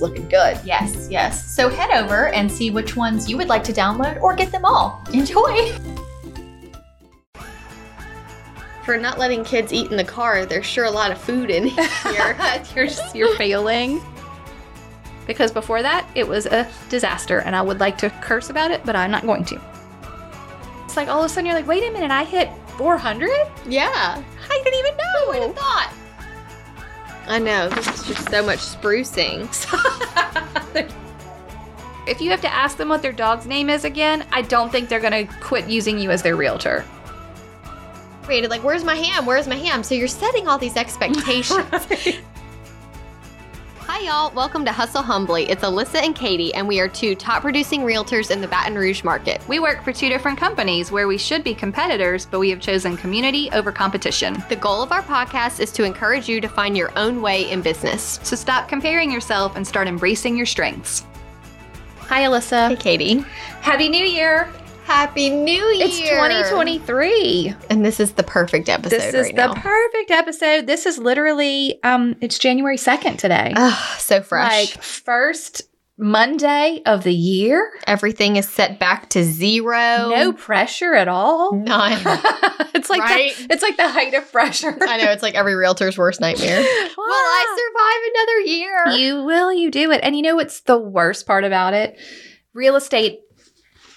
looking good. Yes, yes. So head over and see which ones you would like to download or get them all. Enjoy. For not letting kids eat in the car, there's sure a lot of food in here. you're just, you're failing. Because before that, it was a disaster, and I would like to curse about it, but I'm not going to. It's like all of a sudden you're like, wait a minute, I hit 400? yeah. I didn't even know. Who would have thought? I know. This is just so much sprucing. If you have to ask them what their dog's name is again, I don't think they're gonna quit using you as their realtor. Rated like, where's my ham? Where's my ham? So you're setting all these expectations. Hi, y'all. Welcome to Hustle Humbly. It's Alyssa and Katie, and we are two top producing realtors in the Baton Rouge market. We work for two different companies where we should be competitors, but we have chosen community over competition. The goal of our podcast is to encourage you to find your own way in business. So stop comparing yourself and start embracing your strengths. Hi, Hey, Alyssa. Katie. Happy New Year. Happy New Year. It's 2023. And this is the perfect episode This is right the now. perfect episode. This is literally um it's January 2nd today. Ugh, so Uh, fresh. Like first Monday of the year. Everything is set back to zero. No pressure at all. None. it's like Right? the, it's like the height of pressure. I know it's like every realtor's worst nightmare. Will I survive another year? Ah. You will, you do it. And you know what's the worst part about it? Real estate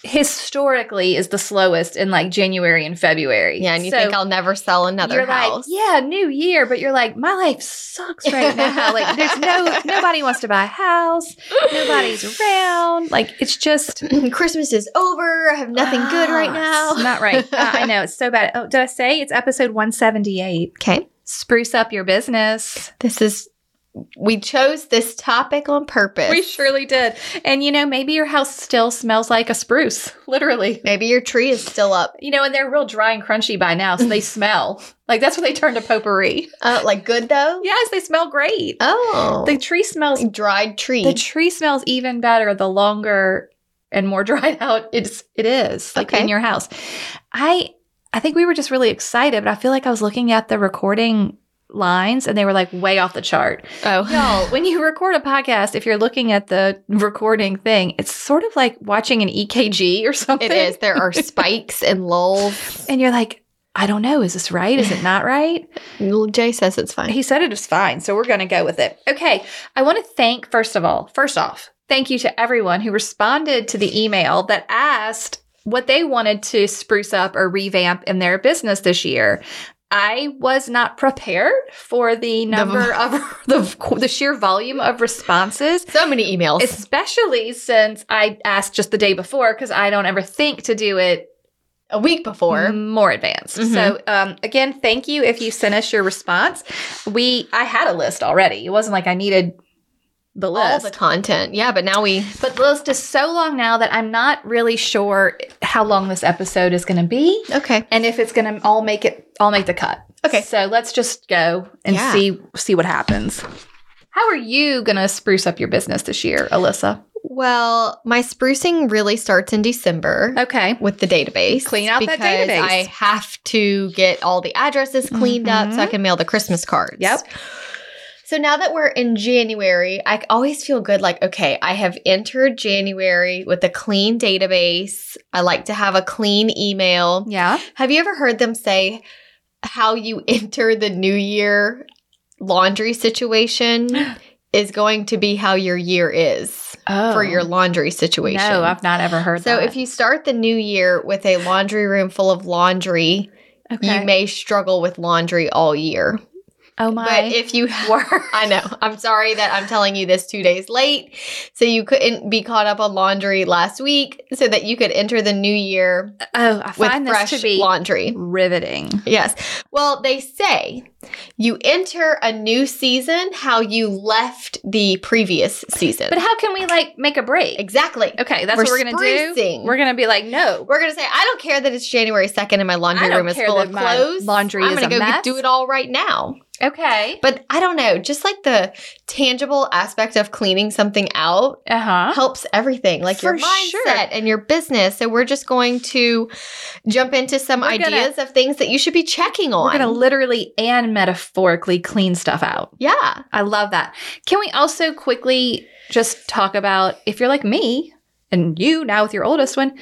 historically is the slowest in like January and February. Yeah, and you So think I'll never sell another you're house. Like, yeah, new year, but you're like, my life sucks right now. like there's no nobody wants to buy a house, nobody's around. Like it's just Christmas is over. I have nothing good right Ah, it's now. not right. Ah, I know it's so bad. Oh, did I say it's episode 178? Okay. Spruce up your business. This is we chose this topic on purpose. We surely did. And you know, maybe your house still smells like a spruce, literally. Maybe your tree is still up. You know, and they're real dry and crunchy by now, so they smell. Like that's what they turn to potpourri. Uh, like good though. Yes, they smell great. Oh. The tree smells dried tree. the tree smells even better the longer and more dried out it's it is like Okay. in your house. I I think we were just really excited, but I feel like I was looking at the recording lines and they were like way off the chart. oh. Y'all, when you record a podcast, if you're looking at the recording thing, it's sort of like watching an EKG or something. It is. There are spikes and lulls. And you're like, I don't know. Is this right? Is it not right? Well, Jay says it's fine. He said it is fine. So we're going to go with it. Okay. I want to thank, first of all, first off, thank you to everyone who responded to the email that asked what they wanted to spruce up or revamp in their business this year. I was not prepared for the number of the, the sheer volume of responses. So many emails. Especially since I asked just the day before because I don't ever think to do it a week before. more advanced. Mhm. So um, again, thank you if you sent us your response. We I had a list already. It wasn't like I needed the all list. the content. Yeah, but now we but the list is so long now that I'm not really sure how long this episode is going to be okay. and if it's going to all make it all make the cut. Okay. So let's just go and Yeah. see see what happens. How are you going to spruce up your business this year, Alyssa? Well, my sprucing really starts in December. Okay. With the database. Clean out because that database. I have to get all the addresses cleaned up so I can mail the Christmas cards. Yep. So now that we're in January, I always feel good like, okay, I have entered January with a clean database. I like to have a clean email. Yeah. Have you ever heard them say how you enter the new year laundry situation is going to be how your year is Oh. for your laundry situation? No, I've not ever heard so that. if you start the new year with a laundry room full of laundry, you may struggle with laundry all year. Oh But my if you word. I know. I'm sorry that I'm telling you this two days late. So you couldn't be caught up on laundry last week so that you could enter the new year Oh, I with find this fresh to be laundry. riveting. Yes. Well, they say you enter a new season how you left the previous season. But how can we like make a break? exactly. Okay, that's We're what we're gonna sprucing. do. We're gonna be like, no, We're gonna say I don't care that it's January second and my laundry I don't room is care full that of my clothes. laundry I'm is gonna go a mess. do it all right now. okay, But I don't know, just like the tangible aspect of cleaning something out uh huh. helps everything, like your For mindset sure. and your business. So we're just going to jump into some We're gonna- ideas of things that you should be checking on. We're gonna literally and metaphorically clean stuff out. yeah. I love that. Can we also quickly just talk about if you're like me and you now with your oldest one?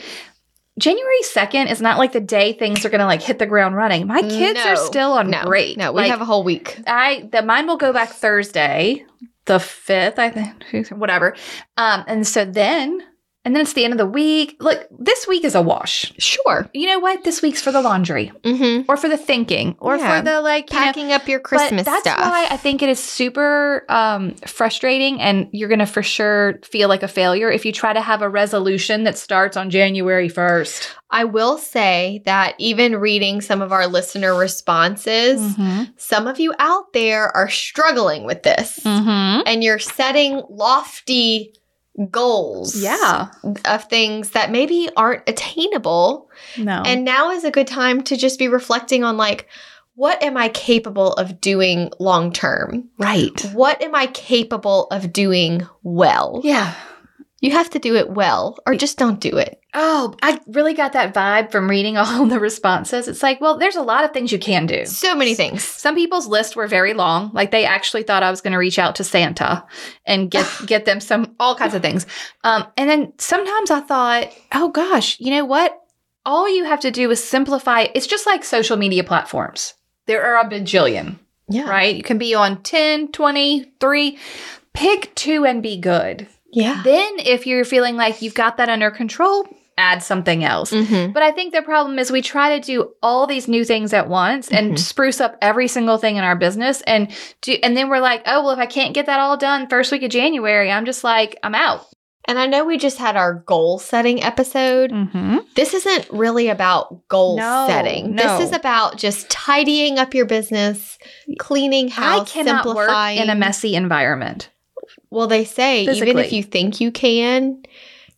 January 2nd is not like the day things are going to like hit the ground running. My kids No. are still on No. break. No, we Like, have a whole week. I the mine will go back Thursday, the fifth, I think, whatever. Um, and so then, and then it's the end of the week. Look, this week is a wash. Sure. You know what? This week's for the laundry, Mm-hmm. or for the thinking, or Yeah. for the like you know- Packing up your but Christmas that's stuff. why I think it is super um, frustrating, and you're gonna for sure feel like a failure if you try to have a resolution that starts on January first. I will say that even reading some of our listener responses, some of you out there are struggling with this Mm-hmm. and you're setting lofty goals Yeah. of things that maybe aren't attainable No. And now is a good time to just be reflecting on like, what am I capable of doing long term? right. What am I capable of doing well? Yeah. You have to do it well or just don't do it. Oh, I really got that vibe from reading all the responses. It's like, well, there's a lot of things you can do. So many things. Some people's lists were very long. Like they actually thought I was going to reach out to Santa and get get them some all kinds of things. Um, and then sometimes I thought, oh gosh, you know what? All you have to do is simplify. It's just like social media platforms. There are a bajillion, Yeah. right? You can be on 10, 20, 3. Pick two and be good. Yeah. Then if you're feeling like you've got that under control, add something else. Mm-hmm. But I think the problem is we try to do all these new things at once and Mhm. spruce up every single thing in our business and do and then we're like, "Oh, well if I can't get that all done first week of January, I'm just like, I'm out." And I know we just had our goal setting episode. Mhm. This isn't really about goal No, setting. no. This is about just tidying up your business, cleaning I house, cannot work simplifying. in a messy environment. Well, they say even if Physically. you think you can,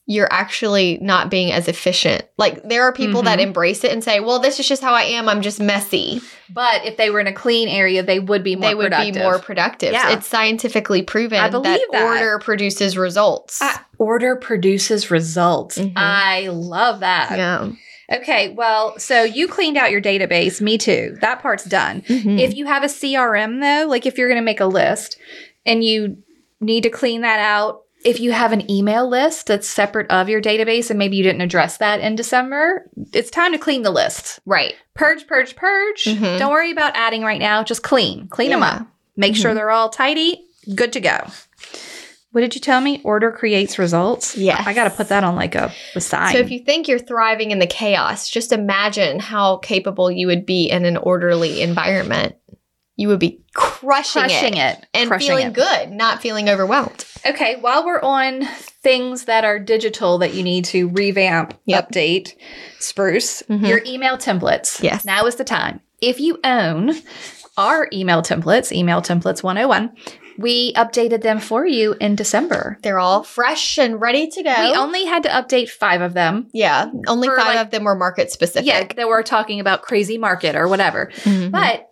you're actually not being as efficient. Like there are people that Mhm. embrace it and say, "Well, this is just how I am. I'm just messy." But if they were in a clean area, they would be more they would productive. be more productive. Yeah. It's scientifically proven I believe that. order produces results. Ah, order produces results. Mhm. I love that. yeah. Okay, well, so you cleaned out your database, me too. That part's done. Hmm. If you have a CRM though, like if you're going to make a list and you need to clean that out, if you have an email list that's separate of your database and maybe you didn't address that in December, it's time to clean the list. right. Purge, purge, purge. Mhm. Don't worry about adding right now. Just clean. Clean them Yeah. Mm-hmm. up. Make sure they're all tidy. Good to go. What did you tell me? Order creates results. Yes. I got to put that on like a, a sign. So if you think you're thriving in the chaos, just imagine how capable you would be in an orderly environment. You would be crushing, crushing it, it, and crushing feeling it. good, not feeling overwhelmed. Okay, while we're on things that are digital that you need to revamp, Yep. update, spruce, Mhm. your email templates. Yes. Now is the time. If you own our email templates, Email Templates 101, we updated them for you in December. They're all fresh and ready to go. We only had to update five of them. Yeah, only For, five like- of them were market specific. Yeah, that were talking about crazy market or whatever. Mhm. But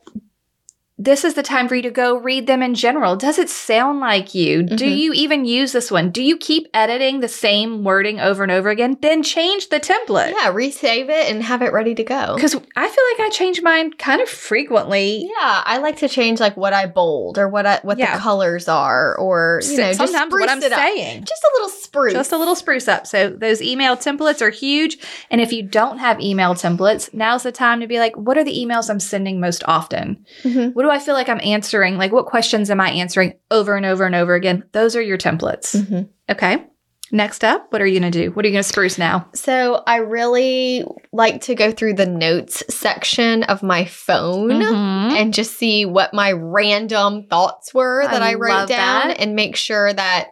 this is the time for you to go read them in general. Does it sound like you? Do Mhm. you even use this one? Do you keep editing the same wording over and over again? Then change the template. yeah, resave it and have it ready to go. Because I feel like I change mine kind of frequently. Yeah, I like to change like what I bold or what I, what Yeah. the colors are, or you know, just Sometimes spruce what I'm it up. saying. Just a little spruce. Just a little spruce up. So those email templates are huge. And if you don't have email templates, now's the time to be like, what are the emails I'm sending most often? Mhm. What do I feel like I'm answering? Like, what questions am I answering over and over and over again? Those are your templates. Mhm. Okay. Next up, what are you going to do? What are you going to spruce now? So I really like to go through the notes section of my phone Mhm. and just see what my random thoughts were that I I, wrote love down that. and make sure that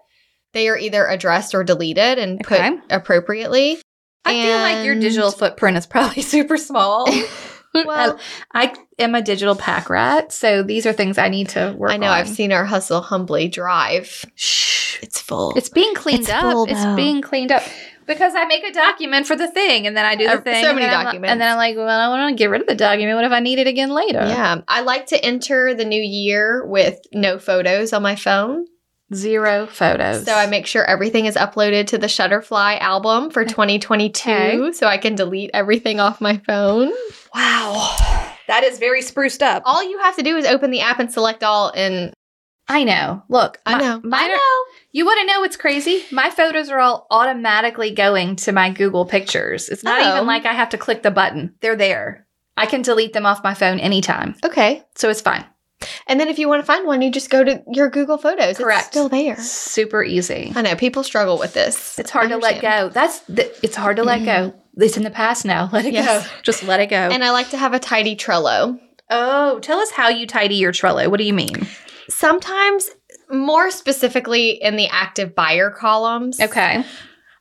they are either addressed or deleted and Okay. put appropriately. I feel like your And- digital footprint is probably super small. Well, I am a digital pack rat, so these are things I need to work on. I know I've seen our hustle humbly drive. Shh. It's full. It's being cleaned It's up. full, it's though. being cleaned up because I make a document for the thing, and then I do the Uh, so thing. many and then I'm- documents. and then I'm like, well, I want to get rid of the document. What if I need it again later? yeah, I like to enter the new year with no photos on my phone. Zero photos. So I make sure everything is uploaded to the Shutterfly album for 2022 Okay. so I can delete everything off my phone. wow, that is very spruced up. All you have to do is open the app and select all and I know. Look, I my- know. mine are- you want to know what's crazy? My photos are all automatically going to my Google Pictures. It's not Oh. even like I have to click the button. They're there. I can delete them off my phone anytime, Okay. so it's fine. And then if you want to find one, you just go to your Google Photos. Correct. It's still there. Super easy. I know people struggle with this. It's hard I to let understand. Mm-hmm. go. That's the, it's hard to let go. It's in the past now. Let it Yes. go. Just let it go. And I like to have a tidy Trello. oh, tell us how you tidy your Trello. What do you mean? Sometimes, more specifically in the active buyer columns, Okay.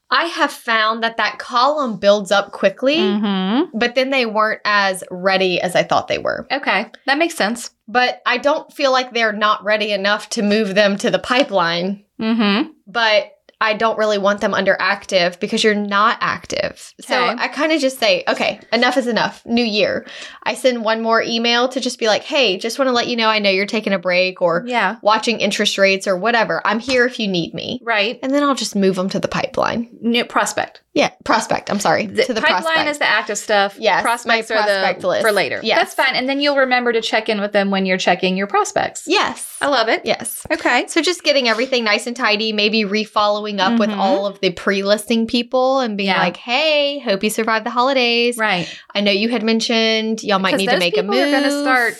I have found that that column builds up quickly, Mm-hmm. but then they weren't as ready as I thought they were. Okay, that makes sense. but I don't feel like they're not ready enough to move them to the pipeline. Mm-hmm. But I don't really want them under active because you're not active. So Okay. I kind of just say, okay, enough is enough. New year. I send one more email to just be like, hey, just want to let you know I know you're taking a break or Yeah. watching interest rates or whatever. I'm here if you need me. Right. And then I'll just move them to the pipeline. New prospect. Yeah, prospect. I'm sorry. The to the pipeline prospect. is the active stuff. Yes, my Prospects are prospect the list. for later. Yes. That's fine. And then you'll remember to check in with them when you're checking your prospects. yes. I love it. Yes. Okay. So just getting everything nice and tidy, maybe refollowing up with Mhm. all of the pre-listing people and being Yeah. like, "Hey, hope you survived the holidays. Right. I know you had mentioned y'all might Because need to those make a people move. are gonna start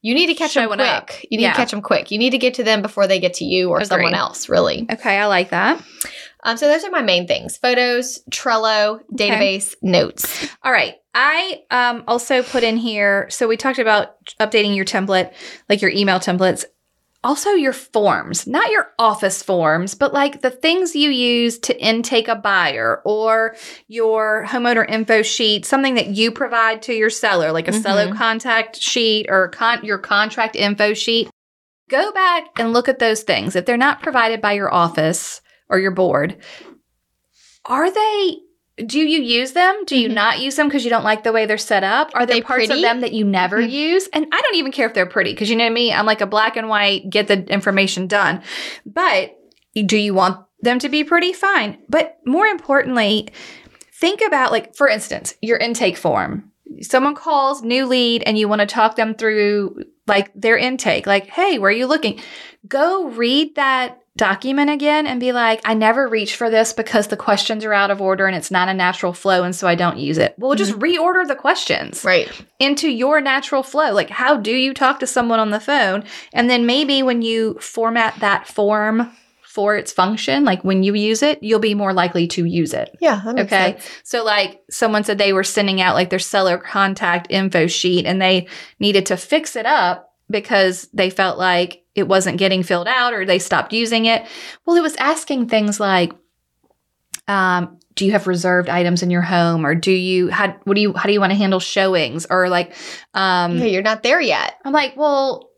you need to catch them showing quick. up. You need Yeah. to catch them quick. You need to get to them before they get to you or Agree. someone else, really. Okay. I like that. Um, so those are my main things: photos, Trello, database, notes. All right. I um, also put in here. So we talked about updating your template, like your email templates. Also, your forms, not your office forms, but like the things you use to intake a buyer or your homeowner info sheet, something that you provide to your seller, like a seller contact sheet or con- your contract info sheet. Go back and look at those things. If they're not provided by your office or your board, are they do you use them? Do you Mhm. not use them because you don't like the way they're set up? Are there they parts of pretty? them that you never Mhm. use? And I don't even care if they're pretty because you know me, I'm like a black and white, get the information done. But do you want them to be pretty? Fine. But more importantly, think about like, for instance, your intake form. Someone calls new lead and you want to talk them through like their intake, like, hey, where are you looking? go read that document again and be like, I never reach for this because the questions are out of order and it's not a natural flow. And so I don't use it. Well, just reorder the questions Right. into your natural flow. Like, how do you talk to someone on the phone? And then maybe when you format that form for its function, like when you use it, you'll be more likely to use it. Yeah. That makes Okay. sense. So, like, someone said they were sending out like their seller contact info sheet and they needed to fix it up because they felt like it wasn't getting filled out or they stopped using it. Well, it was asking things like, um, do you have reserved items in your home or do you how what do you how do you want to handle showings or like um Yeah, you're not there yet. I'm like, well,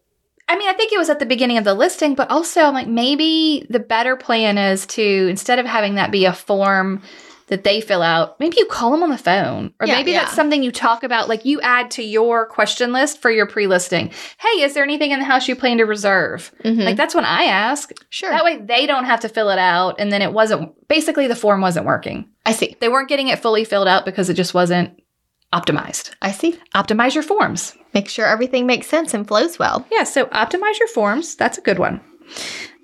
I mean, I think it was at the beginning of the listing, but also I'm like, maybe the better plan is to instead of having that be a form that they fill out, maybe you call them on the phone, or Yeah, maybe that's yeah. something you talk about, like you add to your question list for your pre-listing. Hey, is there anything in the house you plan to reserve? Mhm. Like that's when I ask. sure. Mm-hmm. That way they don't have to fill it out, and then it wasn't basically the form wasn't working. I see. They weren't getting it fully filled out because it just wasn't optimized. I see. Optimize your forms. Make sure everything makes sense and flows well. Yeah, so optimize your forms. That's a good one.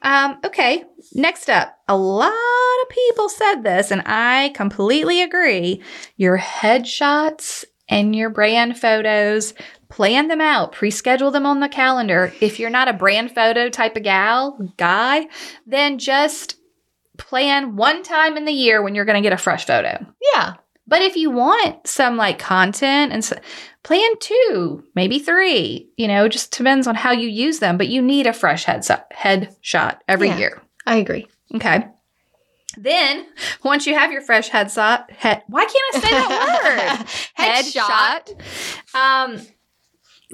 Um, okay, next up, a lot of people said this, and I completely agree. Your headshots and your brand photos, plan them out, pre schedule them on the calendar. If you're not a brand photo type of gal, guy, then just plan one time in the year when you're going to get a fresh photo. Yeah. But if you want some like content and s plan two, maybe three, you know, just depends on how you use them. But you need a fresh head headshot every Yeah. year. I agree. Okay. Then once you have your fresh headshot, head why can't I say that word? Headshot. Um,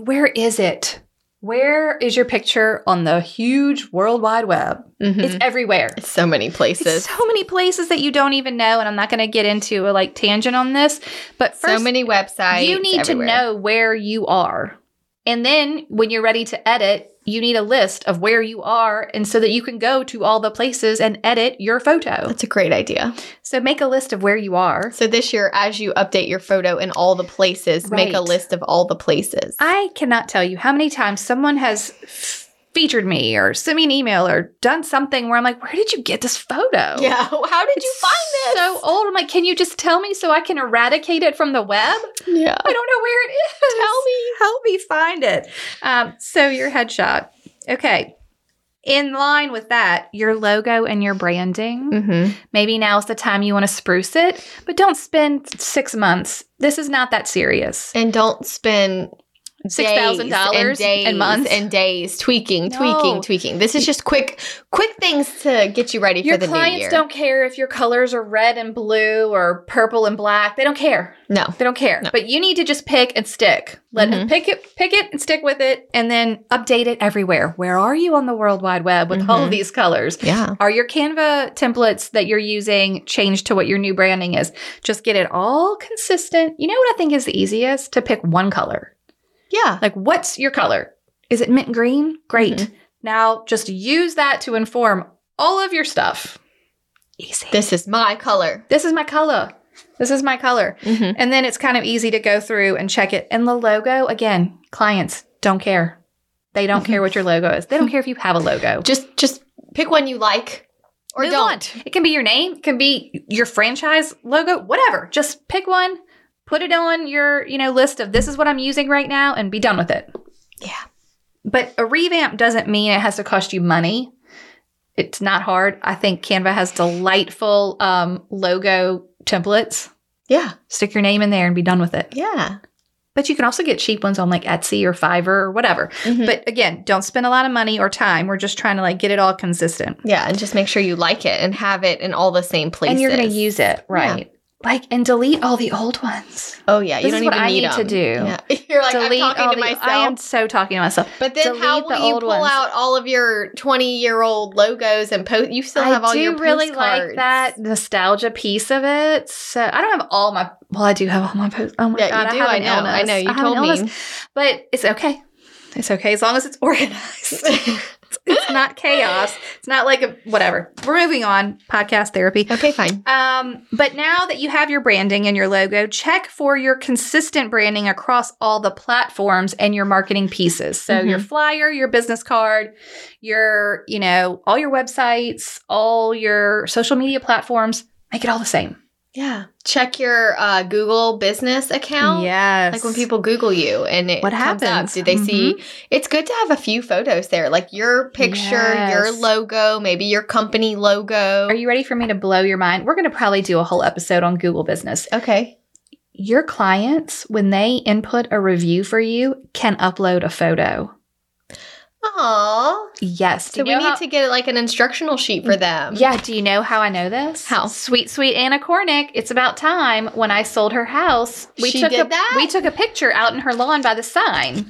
where is it? Where is your picture on the huge World Wide Web? Mhm. It's everywhere. It's so many Mm-hmm. It's places. so many places that you don't even know, and I'm not going to get into a like tangent on this. But So first, many websites. you need everywhere. to know where you are. And then when you're ready to edit, you need a list of where you are and so that you can go to all the places and edit your photo. That's a great idea. So make a list of where you are. So this year, as you update your photo in all the places, make a Right. list of all the places. I cannot tell you how many times someone has f- featured me or sent me an email or done something where I'm like, where did you get this photo? yeah. How did you It's find this? So old. I'm like, can you just tell me so I can eradicate it from the web? yeah. I don't know where it is. Tell me. help me find it. Um, so your headshot. Okay. In line with that, your logo and your branding. Mm-hmm. Maybe now's the time you want to spruce it, but don't spend six months. This is not that serious. And don't spend $6,000 days and months. and days tweaking, tweaking, No. tweaking. This is just quick, quick things to get you ready Your for the new clients year. don't care if your colors are red and blue or purple and black. They don't care. no, They don't care. No. But you need to just pick and stick. Let Mhm. pick it, pick it, and stick with it, and then update it everywhere. Where are you on the World Wide Web with all Mhm. of these colors? yeah, Are your Canva templates that you're using changed to what your new branding is? Just get it all consistent. You know what I think is the easiest? To pick one color. yeah, Like, what's your color? Is it mint green? Great. Now just use that to inform all of your stuff. Easy. This, this is my color. is my color. This is my color. Mm-hmm. And then it's kind of easy to go through and check it. And the logo, again, clients don't care. They don't care what your logo is. They don't care if you have a logo. Just, just pick one you like, or Move on. don't. It can be your name, it can be your franchise logo, whatever. Just pick one, put it on your, you know, list of this is what I'm using right now and be done with it. Yeah. But a revamp doesn't mean it has to cost you money. It's not hard. I think Canva has delightful um, logo templates. Yeah, Stick your name in there and be done with it. yeah. But you can also get cheap ones on like Etsy or Fiverr or whatever. Mhm. But again, don't spend a lot of money or time. We're just trying to like get it all consistent. Yeah, and just make sure you like it and have it in all the same places. And you're going to use it, right? Like, and delete all the old ones. Oh yeah, you This don't is even what I need need to 'em. do. Yeah. You're like delete I'm talking all to the, myself. I am so talking to myself. but then delete how the will you old pull ones. out all of your 20 year old logos and post? You still have I all do your really postcards. like that Oh nostalgia piece of it. So I don't have all my. Well, I do have all my posts. Oh my Yeah, god, you do. I I, have an know. illness. I know. You have an told illness. me. but it's okay. It's okay as long as it's organized. it's not chaos. It's not like a whatever. We're moving on. Podcast therapy. Okay, fine. Um, but now that you have your branding and your logo, check for your consistent branding across all the platforms and your marketing pieces. So Mhm. your flyer, your business card, your, you know, all your websites, all your social media platforms, make it all the same. Yeah. Check your uh, Google business account. Yes. Like when people Google you and it What comes happens? Mm-hmm. up, do they see? It's good to have a few photos there, like your picture, your Yes. logo, maybe your company logo. Are you ready for me to blow your mind? We're going to probably do a whole episode on Google Business. okay? Your clients, when they input a review for you, can upload a photo. Aww. Yes. So Do you we know need how- to get like an instructional sheet for them. Yeah, do you know how I know this? Um, How? Sweet, sweet Anna Cornick. It's about time when I sold her house. She took did a, that? We took a picture out in her lawn by the sign.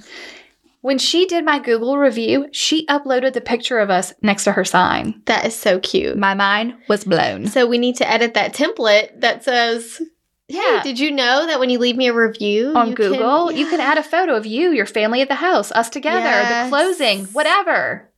When she did my Google review, she uploaded the picture of us next to her sign. That is so cute. My mind was blown. So we need to edit that template that says, "Hey, Yeah. did you know that when you leave me a review On you can- Google, you can add a photo of you, your family at the house, us together, Yes. the closing, whatever.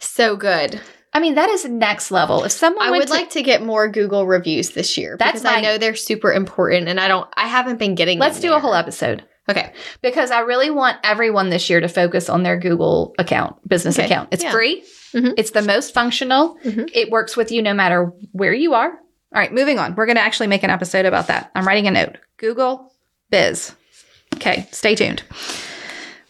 so good. I mean, that is next level. If someone I went would to- like to get more Google reviews this year That's because I my- know they're super important, and I don't. I haven't been getting. Let's them do a there. whole episode. Okay. Because I really want everyone this year to focus on their Google account, business Okay. account. It's Yeah. free, Mhm. it's the most functional, Mhm. it works with you no matter where you are. All right, moving on. We're going to actually make an episode about that. I'm writing a note Google Biz. Okay, stay tuned.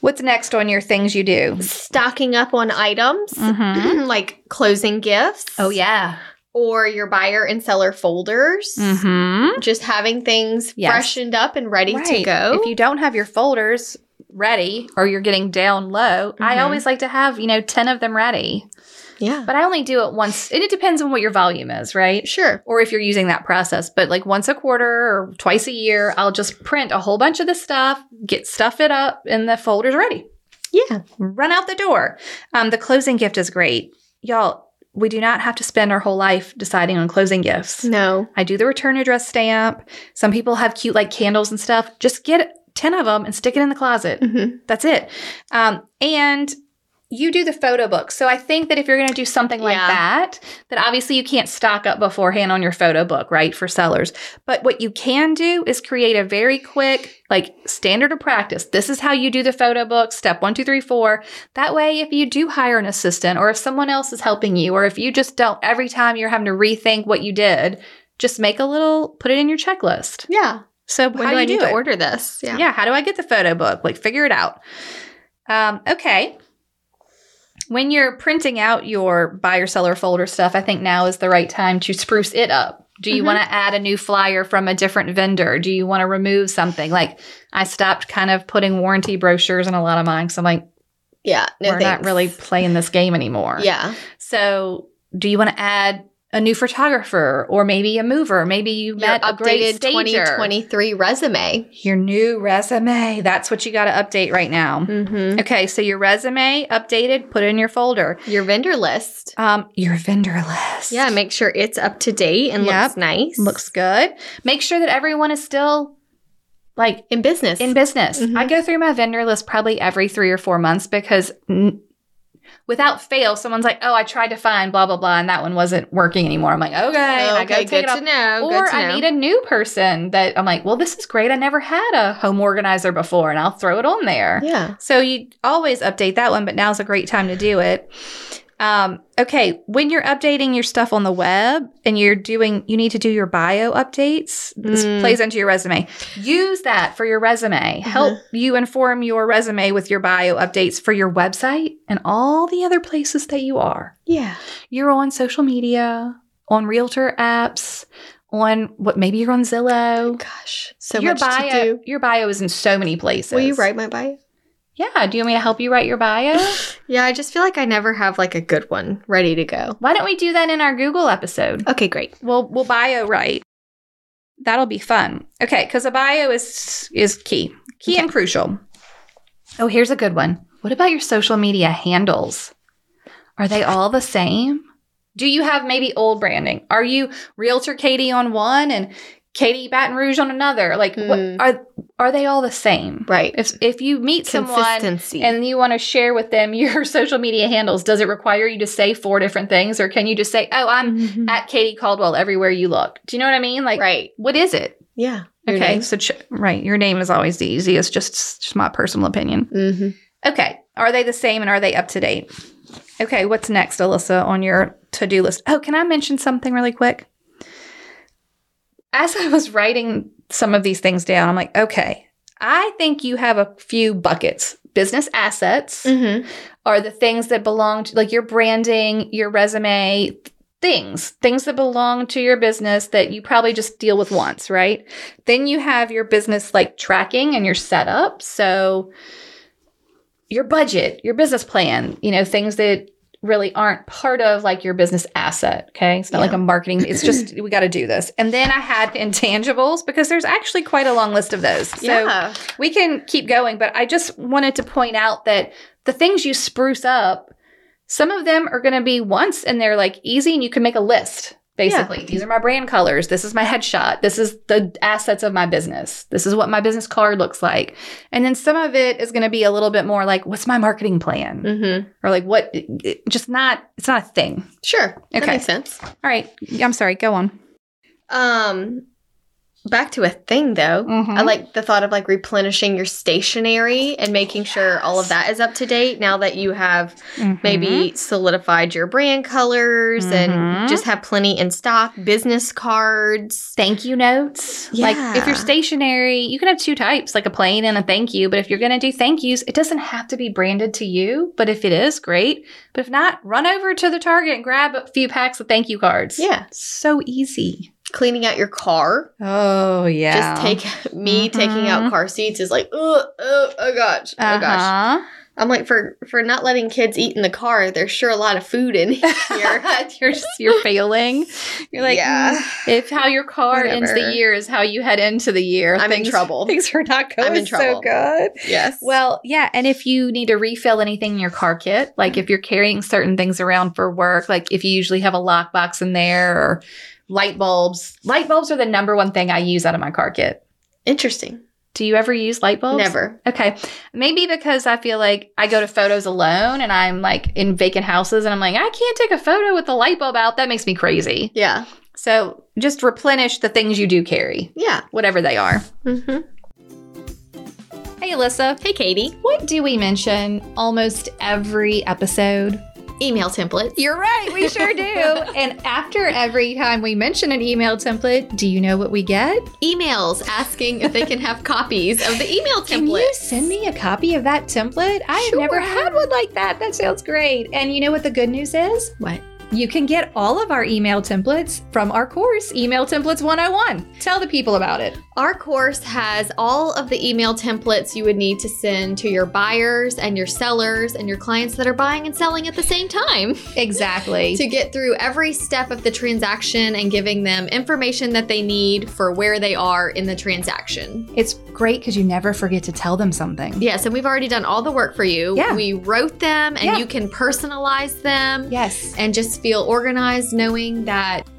What's next on your things you do? Mm-hmm. Stocking up on items like closing gifts. Oh, yeah. or your buyer and seller folders. Mm-hmm. Just having things Yes. freshened up and ready to Right. go. If you don't have your folders ready or you're getting down low, I Mhm. always like to have, you know, 10 of them ready. yeah. But I only do it once. And it depends on what your volume is, right? Sure. Or if you're using that process, but like once a quarter or twice a year, I'll just print a whole bunch of the stuff, get stuff it up, and the folder's ready. Yeah. Run out the door. Um, the closing gift is great. Y'all, we do not have to spend our whole life deciding on closing gifts. No. I do the return address stamp. Some people have cute like candles and stuff. Just get 10 of them and stick it in the closet. Mhm. That's it. Um, and you do the photo book. So I think that if you're going to do something like Yeah. that, that obviously you can't stock up beforehand on your photo book, right? For sellers. But what you can do is create a very quick, like standard of practice. This is how you do the photo book, step one, two, three, four. That way, if you do hire an assistant or if someone else is helping you, or if you just don't, every time you're having to rethink what you did, just make a little, put it in your checklist. Yeah. So When how do do I you need do to it? order this? yeah. Yeah. how do i get the photo book like figure it out um, okay when you're printing out your buyer seller folder stuff i think now is the right time to spruce it up do you Mhm. want to add a new flyer from a different vendor do you want to remove something like i stopped kind of putting warranty brochures in a lot of mine because i'm like Yeah. No, we're thanks. not really playing this game anymore Yeah. so do you want to add a new photographer or maybe a mover maybe you Your met a great updated stager 2023 resume. your new resume. That's what you got to update right now. Mm-hmm. Okay, so your resume updated, put it in your folder. Your vendor list. Um, your vendor list. Yeah. Make sure it's up to date and Yep. looks nice. looks good. Make sure that everyone is still like in business. in business. Mhm. I go through my vendor list probably every 3 or 4 months because n- without fail someone's like, "Oh, I tried to find blah blah blah and that one wasn't working anymore." I'm like, "Okay." and I go Oh, okay. take Good it off. to know. or good to I know. need a new person that I'm like, well, this is great. I never had a home organizer before, and I'll throw it on there. yeah. So you always update that one, but now's a great time to do it. Um, okay, when you're updating your stuff on the web and you're doing, you need to do your bio updates. This Mm. Mm-hmm. plays into your resume. Use that for your resume. Help you inform your resume with your bio updates for your website and all the other places that you are. Yeah. You're on social media, on realtor apps, on what maybe you're on Zillow. Oh, Gosh. So your much bio, to do. your bio is in so many places. Will you write my bio? Yeah. Do you want me to help you write your bio? Yeah, I just feel like I never have like a good one ready to go. Why don't we do that in our Google episode? Okay, great. We'll we'll bio write. That'll be fun. Okay, because a bio is is key, key and crucial. Oh, here's a good one. What about your social media handles? Are they all the same? Do you have maybe old branding? Are you Realtor Katie on one and Katie Baton Rouge on another? Like, what, Mm. are are they all the same? Right. If if you meet someone Consistency. and you want to share with them your social media handles, does it require you to say four different things or can you just say, oh, I'm Mhm. at Katie Caldwell everywhere you look? Do you know what I mean? Like, right. what is it? Yeah. okay. So, ch- right. Your name is always the easiest, just, just my personal opinion. Mm-hmm. Okay. Are they the same and are they up to date? Okay. What's next, Alyssa, on your to do list? Oh, can I mention something really quick? As I was writing some of these things down, I'm like, okay, I think you have a few buckets business assets Mm-hmm. are the things that belong to like your branding, your resume, th- things, things that belong to your business that you probably just deal with once, right? Then you have your business like tracking and your setup. So your budget, your business plan, you know, things that really aren't part of like your business asset. Okay. It's not like a marketing, it's just we got to do this. And then I had intangibles because there's actually quite a long list of those. So yeah. we can keep going, but I just wanted to point out that the things you spruce up, some of them are going to be once and they're like easy and you can make a list. Basically, these are my brand colors. This is my headshot. This is the assets of my business. This is what my business card looks like. And then some of it is going to be a little bit more like, what's my marketing plan? Mm-hmm. Or like, what, just not, it's not a thing. Sure. That Okay. makes sense. All right. I'm sorry. Go on. Um, Back to a thing though. Mhm. Mm-hmm. I Mm-hmm. like the thought of like replenishing your stationery and making sure all of that is up to date now that you have Mm-hmm. maybe solidified your brand colors Mhm. Mm-hmm. and just have plenty in stock, business cards. Thank you notes. Like if Yeah. you're stationary, you can have two types, like a plain and a thank you. But if you're going to do thank yous, it doesn't have to be branded to you. But if it is, great. But if not, run over to the Target and grab a few packs of thank you cards. Yeah. So easy. Cleaning out your car. Oh yeah. Just take me taking Mhm. out car seats is like, oh, oh, oh gosh. Oh gosh. Uh-huh. I'm like for for not letting kids eat in the car, there's sure a lot of food in here. You're just, you're failing. You're like, "Mm, yeah. if how your car ends the Whatever. year is how you head into the year, I'm in trouble. Things are not I'm going in trouble. so good. Yes. Well, yeah, and if you need to refill anything in your car kit, like if you're carrying certain things around for work, like if you usually have a lockbox in there or light bulbs. Light bulbs are the number one thing I use out of my car kit. interesting. Do you ever use light bulbs? Never. Okay. Maybe because I feel like I go to photos alone and I'm like in vacant houses and I'm like, I can't take a photo with the light bulb out. That makes me crazy. Yeah. So just replenish the things you do carry, Yeah. whatever they are. Mm-hmm. Hey, Alyssa. Hey, Katie. What do we mention almost every episode? Email templates. You're right, we sure do. and after every time we mention an email template, do you know what we get? E-, emails asking if they can have copies of the email Can you templates. send me a copy of that template? I've never Sure. had one like that. That sounds great. And you know what the good news is? What? You can get all of our email templates from our course, Email Templates 101. Tell the people about it. Our course has all of the email templates you would need to send to your buyers and your sellers and your clients that are buying and selling at the same time Exactly. to get through every step of the transaction and giving them information that they need for where they are in the transaction. It's great because you never forget to tell them something. Yes, and we've already done all the work for you. Yeah. We wrote them and Yeah. you can personalize them Yes. and just feel organized knowing that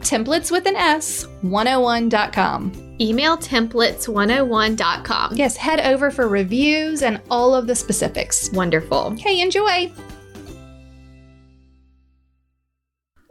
templates with an S 101.com. Emailtemplates101.com. Yes, head over for reviews and all of the specifics. Wonderful. Okay, enjoy.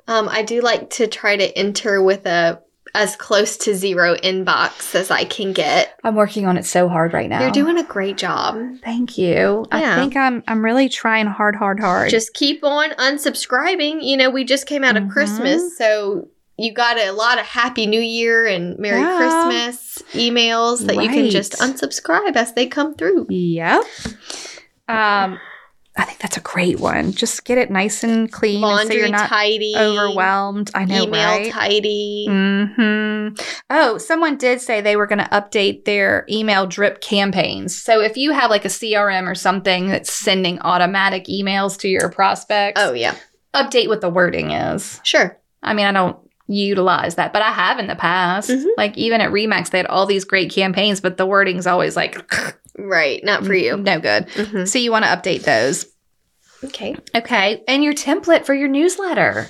Um, I do like to try to enter with a as close to zero inbox as I can get. I'm working on it so hard right now. You're doing a great job. Thank you. I Yeah. think I'm I'm really trying hard, hard, hard. Just keep on unsubscribing. You know, we just came out Mhm. of Christmas, so you got a lot of Happy New Year and Merry Yeah. Christmas emails that you can just Right. unsubscribe as they come through. yep. Um, I think that's a great one. Just get it nice and clean, and so Laundry you're not tidy. overwhelmed. I know, Email right? tidy. hmm Oh, someone did say they were going to update their email drip campaigns. So if you have like a CRM or something that's sending automatic emails to your prospects, Oh yeah, update what the wording is. sure. I mean, I don't utilize that, but I have in the past. Mhm. Like even at Remax, they had all these great campaigns, but the wording's always like Right, not for you. no good. So you want to update those. Okay. Okay. And your template for your newsletter.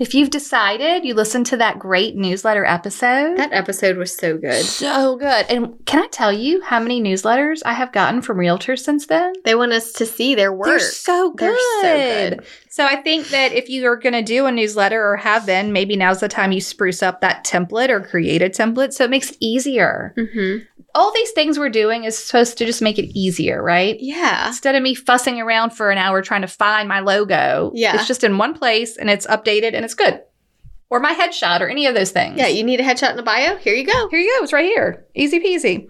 If you've decided you listened to that great newsletter episode. That episode was so good. so good. And can I tell you how many newsletters I have gotten from realtors since then? They want us to see their work. They're so good. They're so good. So I think that if you are going to do a newsletter or have been, maybe now's the time you spruce up that template or create a template so it makes it easier. Mm-hmm. All these things we're doing is supposed to just make it easier, right? Yeah. Instead of me fussing around for an hour trying to find my logo, Yeah. it's just in one place and it's updated and it's good. Or my headshot or any of those things. Yeah, you need a headshot in a bio? Here you go. Here you go. It's right here. Easy peasy.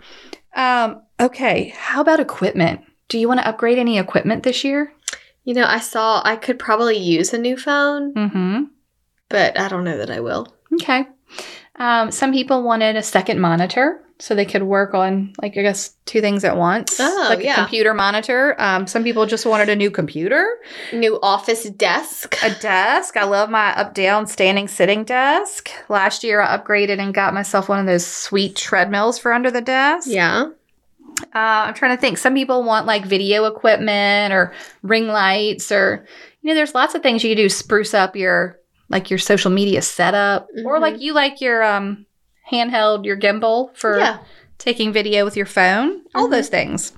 Um, okay. How about equipment? Do you want to upgrade any equipment this year? You know, I saw I could probably use a new phone, Mm-hmm. but I don't know that I will. Okay. Um, some people wanted a second monitor. so they could work on like I guess two things at once. Oh, like yeah. a computer monitor. Um, some people just wanted a new computer, New office desk. a desk. I love my up down standing sitting desk. Last year I upgraded and got myself one of those sweet treadmills for under the desk. Yeah. Uh, I'm trying to think. Some people want like video equipment or ring lights or you know, there's lots of things you can do to spruce up your like your social media setup or Mhm. like you like your um handheld your gimbal for yeah. taking video with your phone. All Mhm. those things.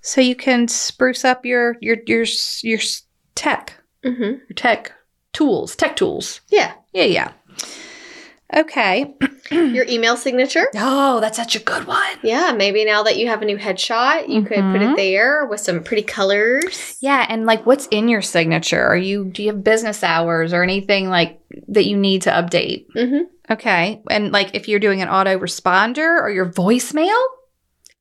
So you can spruce up your your your s- your s- tech, Mm-hmm. your tech tools, tech tools. Yeah. Yeah, yeah. Okay. Your email signature. Oh, that's such a good one. Yeah, maybe now that you have a new headshot, you could put Mhm. it there with some pretty colors. Yeah, and like what's in your signature? Are you do you have business hours or anything like that you need to update? Mm-hmm. Okay. And like if you're doing an auto responder or your voicemail?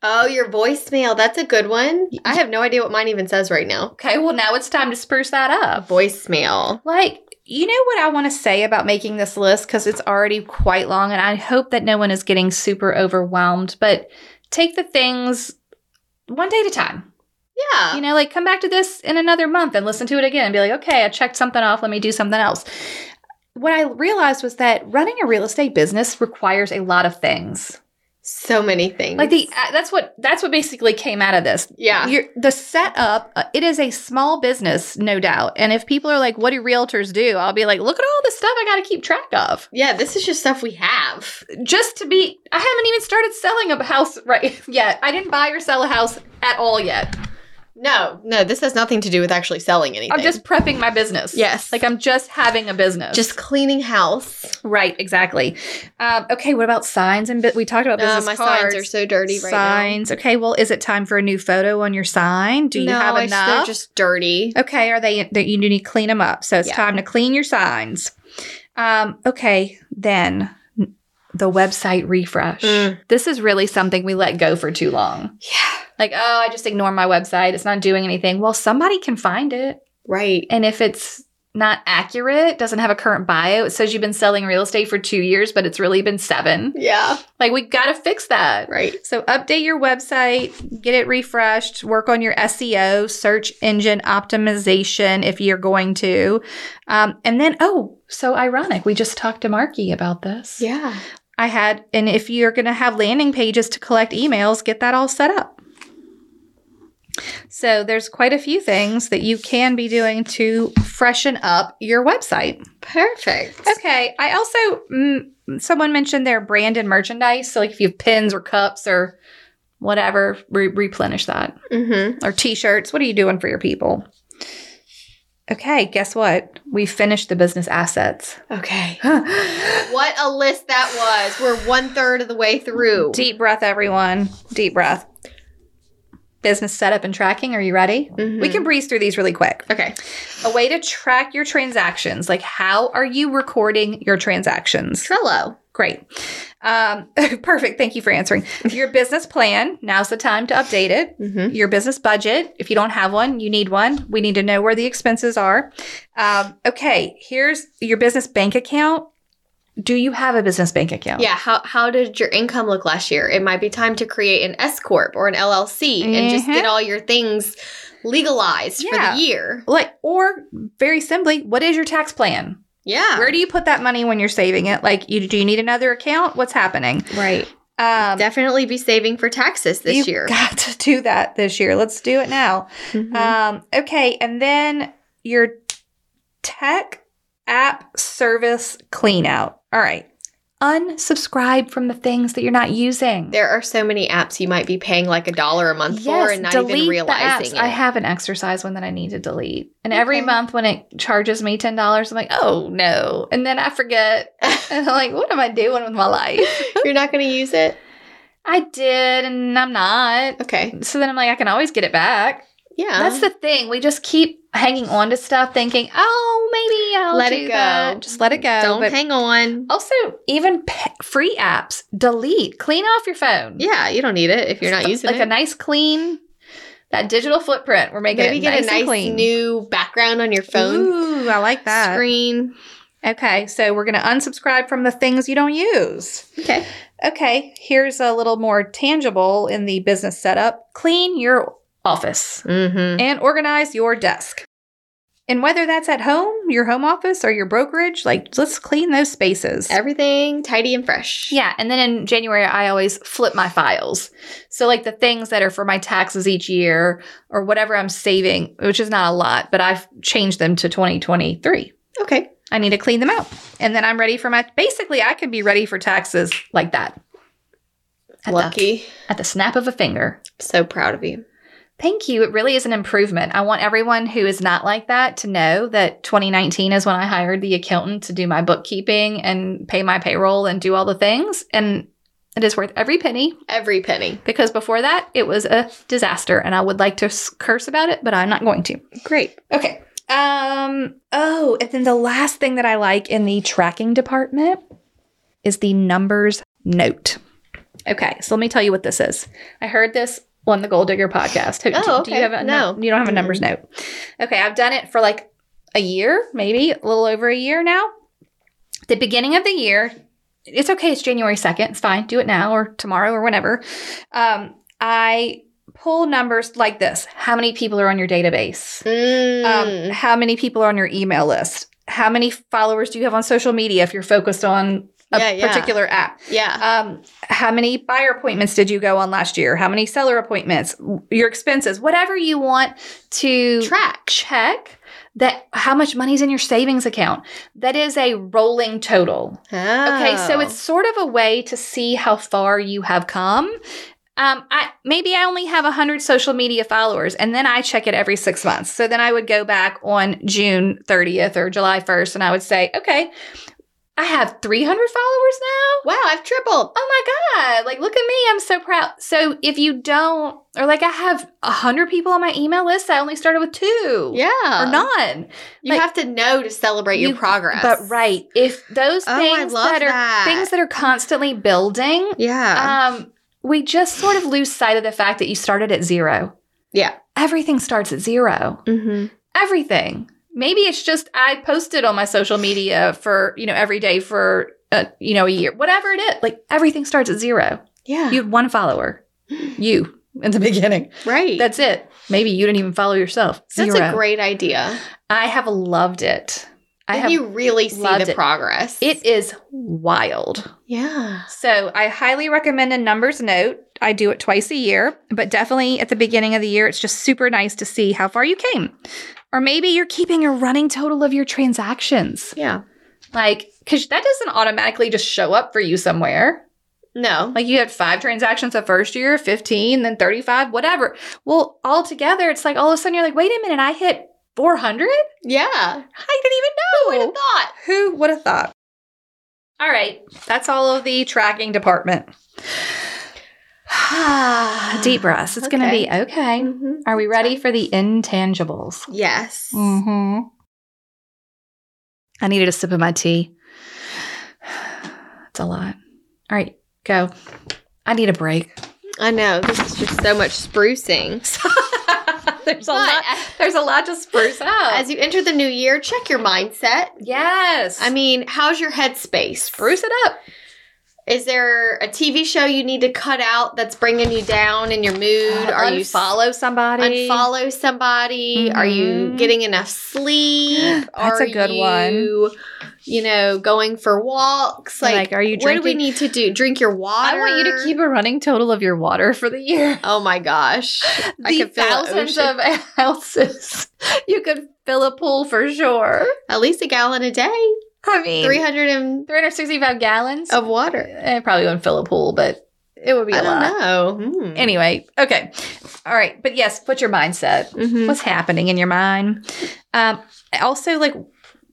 Oh, your voicemail. That's a good one. I have no idea what mine even says right now. Okay, well now it's time to spruce that up. Voicemail. Like, you know what I want to say about making this list because it's already quite long, and I hope that no one is getting super overwhelmed, but take the things one day at a time. Yeah. You know, like come back to this in another month and listen to it again and be like, okay, I checked something off. Let me do something else. What I realized was that running a real estate business requires a lot of things. so many things. Like the uh, that's what that's what basically came out of this. Yeah. You're, the setup, uh, it is a small business, no doubt. And if people are like, what do realtors do? I'll be like, look at all the stuff I got to keep track of. yeah, this is just stuff we have. Just to be, I haven't even started selling a house right yet. I didn't buy or sell a house at all yet. No, no, this has nothing to do with actually selling anything. I'm just prepping my business. Yes. Like I'm just having a business. just cleaning house. right. Exactly. Um, okay. What about signs? And bu- we talked about Uh, business my cards. signs are so dirty right signs. Okay. Well, is it time for a new photo on your sign? now. Do you no, have I- enough? they're just dirty. Okay, are they that you need to clean them up? So it's Yeah. time to clean your signs. Um, okay, then the website refresh. Mm. This is really something we let go for too long. Yeah. Like, oh, I just ignore my website. It's not doing anything. Well, somebody can find it. Right. And if it's not accurate, doesn't have a current bio, it says you've been selling real estate for two years, but it's really been seven. Yeah. Like, we got to fix that. Right. So update your website, get it refreshed, work on your SEO, search engine optimization if you're going to. Um, and then, oh, so ironic. We just talked to Marky about this. Yeah. I had, and if you're going to have landing pages to collect emails, get that all set up. So there's quite a few things that you can be doing to freshen up your website. Perfect. Okay. I also, mm, someone mentioned their brand and merchandise. So, like if you have pins or cups or whatever, re- replenish that. Mm-hmm. Or t shirts. What are you doing for your people? Okay. Guess what? We finished the business assets. Okay. What a list that was. We're one third of the way through. Deep breath, everyone. Deep breath. Business setup and tracking. Are you ready? Mm-hmm. We can breeze through these really quick. Okay. A way to track your transactions. Like, how are you recording your transactions? Trello. Great. Um, perfect. Thank you for answering. Your business plan, now's the time to update it. Mm-hmm. Your business budget, if you don't have one, you need one. We need to know where the expenses are. Um, okay, here's your business bank account. Do you have a business bank account? Yeah. How how did your income look last year? It might be time to create an S corp or an LLC and just Mhm. get all your things legalized for Yeah. the year. Like, or very simply, what is your tax plan? Yeah. Where do you put that money when you're saving it? Like, you, do you need another account? What's happening? right. Um, Definitely be saving for taxes this you've year. got to do that this year. Let's do it now. Mhm. Um, okay, and then your tech app service clean out. All right. Unsubscribe from the things that you're not using. there are so many apps you might be paying like a dollar a month for and not even realizing the apps. it. I have an exercise one that I need to delete. And every Okay. month when it charges me $10, I'm like, oh no. And then I forget. and I'm like, what am I doing with my life? You're not going to use it? I did, and I'm not. Okay. So then I'm like, I can always get it back. Yeah. That's the thing. We just keep hanging on to stuff, thinking, "Oh, maybe I'll Let do it go. that." Just let it go. Don't but hang on. also, even p- free apps, delete, clean off your phone. Yeah, you don't need it if you're not F- using like it. a nice clean that digital footprint. We're making Maybe it get nice a nice and clean. new background on your phone Ooh, I like that. screen. Okay, so we're gonna unsubscribe from the things you don't use. Okay. Okay, here's a little more tangible in the business setup clean your office Mm-hmm. and organize your desk. And whether that's at home, your home office, or your brokerage, like let's clean those spaces. Everything tidy and fresh. Yeah, and then in January, I always flip my files. So, like the things that are for my taxes each year or whatever I'm saving, which is not a lot, but I've changed them to 2023. Okay. I need to clean them out. And then I'm ready for my basically, I can be ready for taxes like that. At the, Lucky. at the snap of a finger. So proud of you. Thank you. It really is an improvement. I want everyone who is not like that to know that 2019 is when I hired the accountant to do my bookkeeping and pay my payroll and do all the things. And it is worth every penny Every penny. because before that it was a disaster and I would like to s- curse about it, but I'm not going to. Great. Okay. Um oh, and then the last thing that I like in the tracking department is the numbers note. Okay, so let me tell you what this is. I heard this on the Gold Digger podcast. Have- Oh, Do okay. you have a No. Mm-hmm. You don't have a numbers note. Okay, I've done it for like a year, maybe a little over a year now. The beginning of the year, it's okay. It's January 2nd. It's fine. Do it now or tomorrow or whenever. Um, I pull numbers like this how many people are on your database? Um, Mm. how many people are on your email list? How many followers do you have on social media if you're focused on a Yeah, yeah. particular app? yeah. Um, how many buyer appointments did you go on last year? How many seller appointments? Your expenses, whatever you want to Track. check that how much money's in your savings account. That is a rolling total. Okay, Oh. so it's sort of a way to see how far you have come. Um, I maybe I only have hundred social media followers, and then I check it every six months. So then I would go back on June thirtieth or July first, and I would say, okay, I have three hundred followers now wow, I've tripled. oh my god like look at me i'm so proud so if you don't or like i have 100 people on my email list i only started with two Yeah. Oh. or none You Like- have to know to celebrate You- your progress. but right if those Oh, I things love that are that. things that are constantly building Yeah. um we just sort of lose sight of the fact that you started at zero Yeah. everything starts at zero mm-hmm. everything maybe it's just i posted on my social media for you know every day for uh, you know a year whatever it is like everything starts at zero Yeah. You had one follower. You in the beginning. right. That's it. Maybe you didn't even follow yourself. That's Zero. a great idea. I have loved it. I Then have. you really see loved the it. progress. it is wild. yeah. So I highly recommend a numbers note. I do it twice a year, but definitely at the beginning of the year, it's just super nice to see how far you came. Or maybe you're keeping a running total of your transactions. Yeah. Like, because that doesn't automatically just show up for you somewhere. No. Like you had five transactions the first year, 15, then 35, whatever. Well, all together, it's like all of a sudden you're like, wait a minute, I hit 400? Yeah. I Who didn't would even have know. thought? Who would have thought? All right, that's all of the tracking department. Deep breaths. It's going to be okay. Mhm. Are we ready for the intangibles? Yes. Mm-hmm. I needed a sip of my tea. It's a lot. All right, go. I need a break. I know. This is just so much sprucing. there's a But lot. a- There's a lot to spruce up. as you enter the new year, check your mindset. yes, I mean, how's your headspace? spruce it up. Is there a TV show you need to cut out that's bringing you down in your mood? Are you follow somebody? unfollow somebody? Are you Mhm. getting enough sleep? That's Are a good one. you, You know, going for walks. Like, Like, are you What do we drinking- need to do? Drink your water. I want you to keep a running total of your water for the year. Oh my gosh! I the could feel the thousands ocean. of ounces. You could fill a pool for sure. At least a gallon a day, I mean, three hundred and 365 gallons. of water. I Oh, eh, probably wouldn't fill a pool, but it would be a I lot. don't know. Hmm. Anyway, okay, all right, but yes, what's your mindset? Mhm. what's happening in your mind um also like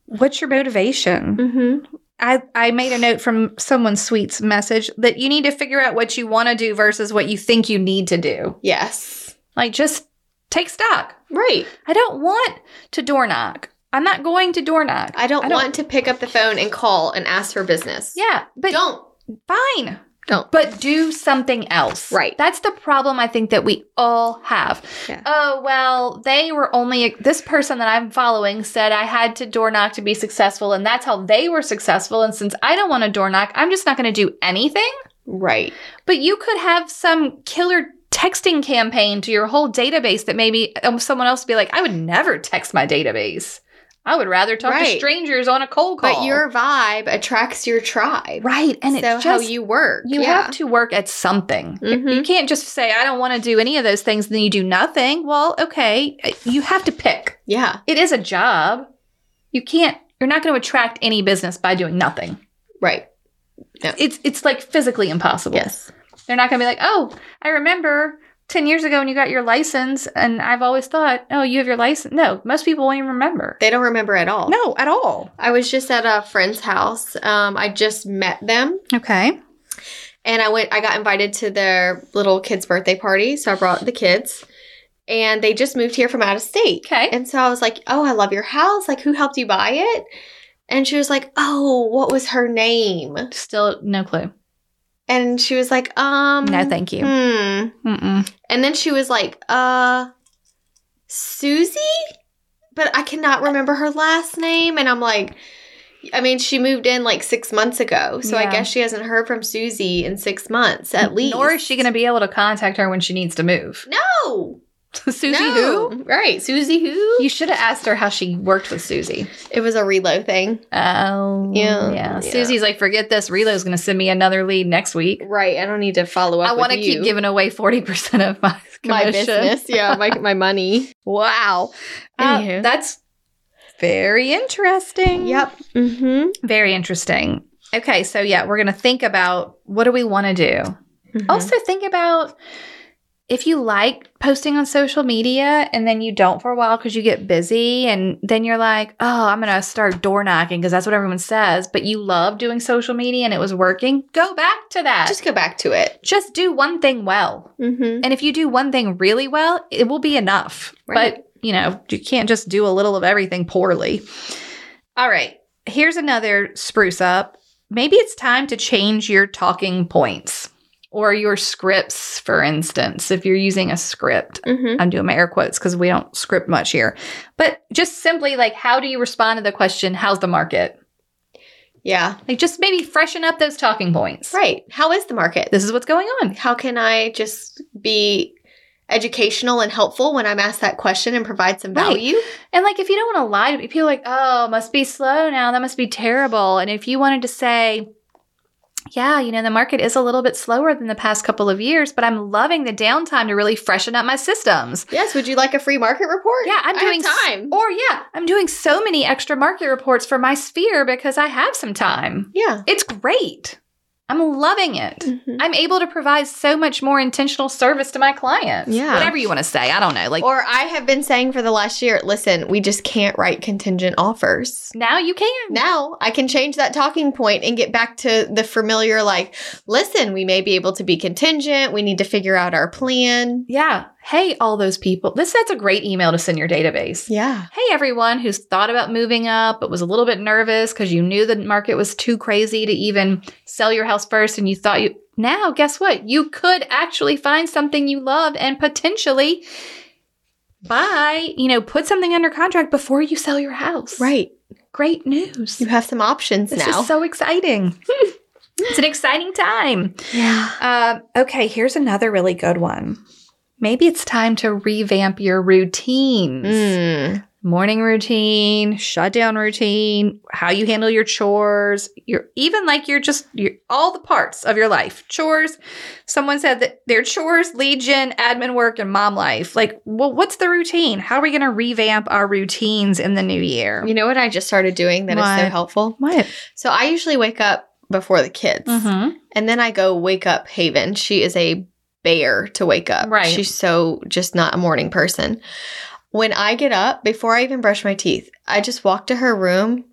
what's your motivation Mhm. i i made a note from someone sweet's message that you need to figure out what you want to do versus what you think you need to do Yes. like just take stock Right. i don't want to door knock i'm not going to door knock I don't, I don't- want to pick up the phone and call and ask for business. yeah but Don't. fine Don't. but do something else Right. that's the problem i think that we all have Yeah. oh well they were only this person that i'm following said i had to door knock to be successful and that's how they were successful and since i don't want to door knock i'm just not going to do anything Right. But you could have some killer texting campaign to your whole database that maybe um, someone else would be like, I would never text my database. I would rather talk to Right. strangers on a cold call. But your vibe attracts your tribe. right, And and it's so just how you work. you yeah. have to work at something. Mhm. You can't just say I don't want to do any of those things, and then you do nothing. Well, okay, uh, you have to pick. Yeah. It is a job. You can't. You're not going to attract any business by doing nothing. Right. It's it's like physically impossible. Yes. They're not going to be like, oh, I remember 10 years ago when you got your license, and I've always thought, oh, you have your license. No, most people won't even remember. They don't remember at all. no, at all. I was just at a friend's house. Um, I just met them Okay. and I went I got invited to their little kids' birthday party. So I brought the kids and they just moved here from out of state. Okay. And so I was like, Oh, I love your house. Like who helped you buy it? And she was like, Oh, what was her name? Still no clue. And she was like, Um No, thank you. Hmm. Mm-mm. And then she was like, uh, Susie? But I cannot remember her last name. And I'm like, I mean, she moved in like six months ago. So Yeah. I guess she hasn't heard from Susie in six months at least. Nor is she going to be able to contact her when she needs to move. No. Susie no. who? Right. Susie who? You should have asked her how she worked with Susie. It was a reload thing. Oh, Yeah. Yeah. Susie's like, forget this. Relo's going to send me another lead next week. Right. I don't need to follow up. I want to with keep you. giving away 40% of my commission. my business. Yeah. My, my money. Wow. Uh, Anywho. that's very interesting. Yep. Mm-hmm. Very interesting. Okay, so yeah, we're going to think about what do we want to do? Mm-hmm. Also think about if you like posting on social media and then you don't for a while cuz you get busy and then you're like, "Oh, I'm going to start door knocking cuz that's what everyone says," but you love doing social media and it was working, go back to that. just go back to it. just do one thing well. Mm-hmm. And if you do one thing really well, it will be enough. Right. But, you know, you can't just do a little of everything poorly. All right. Here's another spruce up. Maybe it's time to change your talking points or your scripts, for instance, if you're using a script. Mm-hmm. I'm doing my air quotes because we don't script much here. But just simply like, how do you respond to the question, how's the market? Yeah. Like, just maybe freshen up those talking points. Right. How is the market? This is what's going on. how can I just be educational and helpful when I'm asked that question and provide some Right. value? And like, if you don't want to lie to people, like, oh, must be slow now. That must be terrible. And if you wanted to say, yeah, you know, the market is a little bit slower than the past couple of years, but I'm loving the downtime to really freshen up my systems. Yes. Would you like a free market report? Yeah, I'm I doing have s- time. Or yeah, I'm doing so many extra market reports for my sphere because I have some time. yeah. It's great. I'm loving it. Mm-hmm. I'm able to provide so much more intentional service to my clients. Yeah. Whatever you want to say. I don't know. Like or I have been saying for the last year, listen, we just can't write contingent offers. now you can. Now I can change that talking point and get back to the familiar like, listen, we may be able to be contingent. We need to figure out our plan. Yeah. Hey, all those people. This that's a great email to send your database. Yeah. Hey, everyone who's thought about moving up but was a little bit nervous because you knew the market was too crazy to even sell your house first and you thought you now guess what? You could actually find something you love and potentially buy, you know, put something under contract before you sell your house. Right. Great news. You have some options This now. is so exciting. it's an exciting time. yeah. Um, okay, here's another really good one. Maybe it's time to revamp your routines. Mm. Morning routine, shutdown routine, how you handle your chores, your even like your just your, all the parts of your life. Chores. Someone said that their chores, legion, admin work, and mom life. Like, well, what's the routine? How are we going to revamp our routines in the new year? You know what I just started doing that is so What? helpful? What? So I usually wake up before the kids, Mm-hmm. and then I go wake up Haven. She is a bear to wake up. Right. She's so just not a morning person. When I get up, before I even brush my teeth, I just walk to her room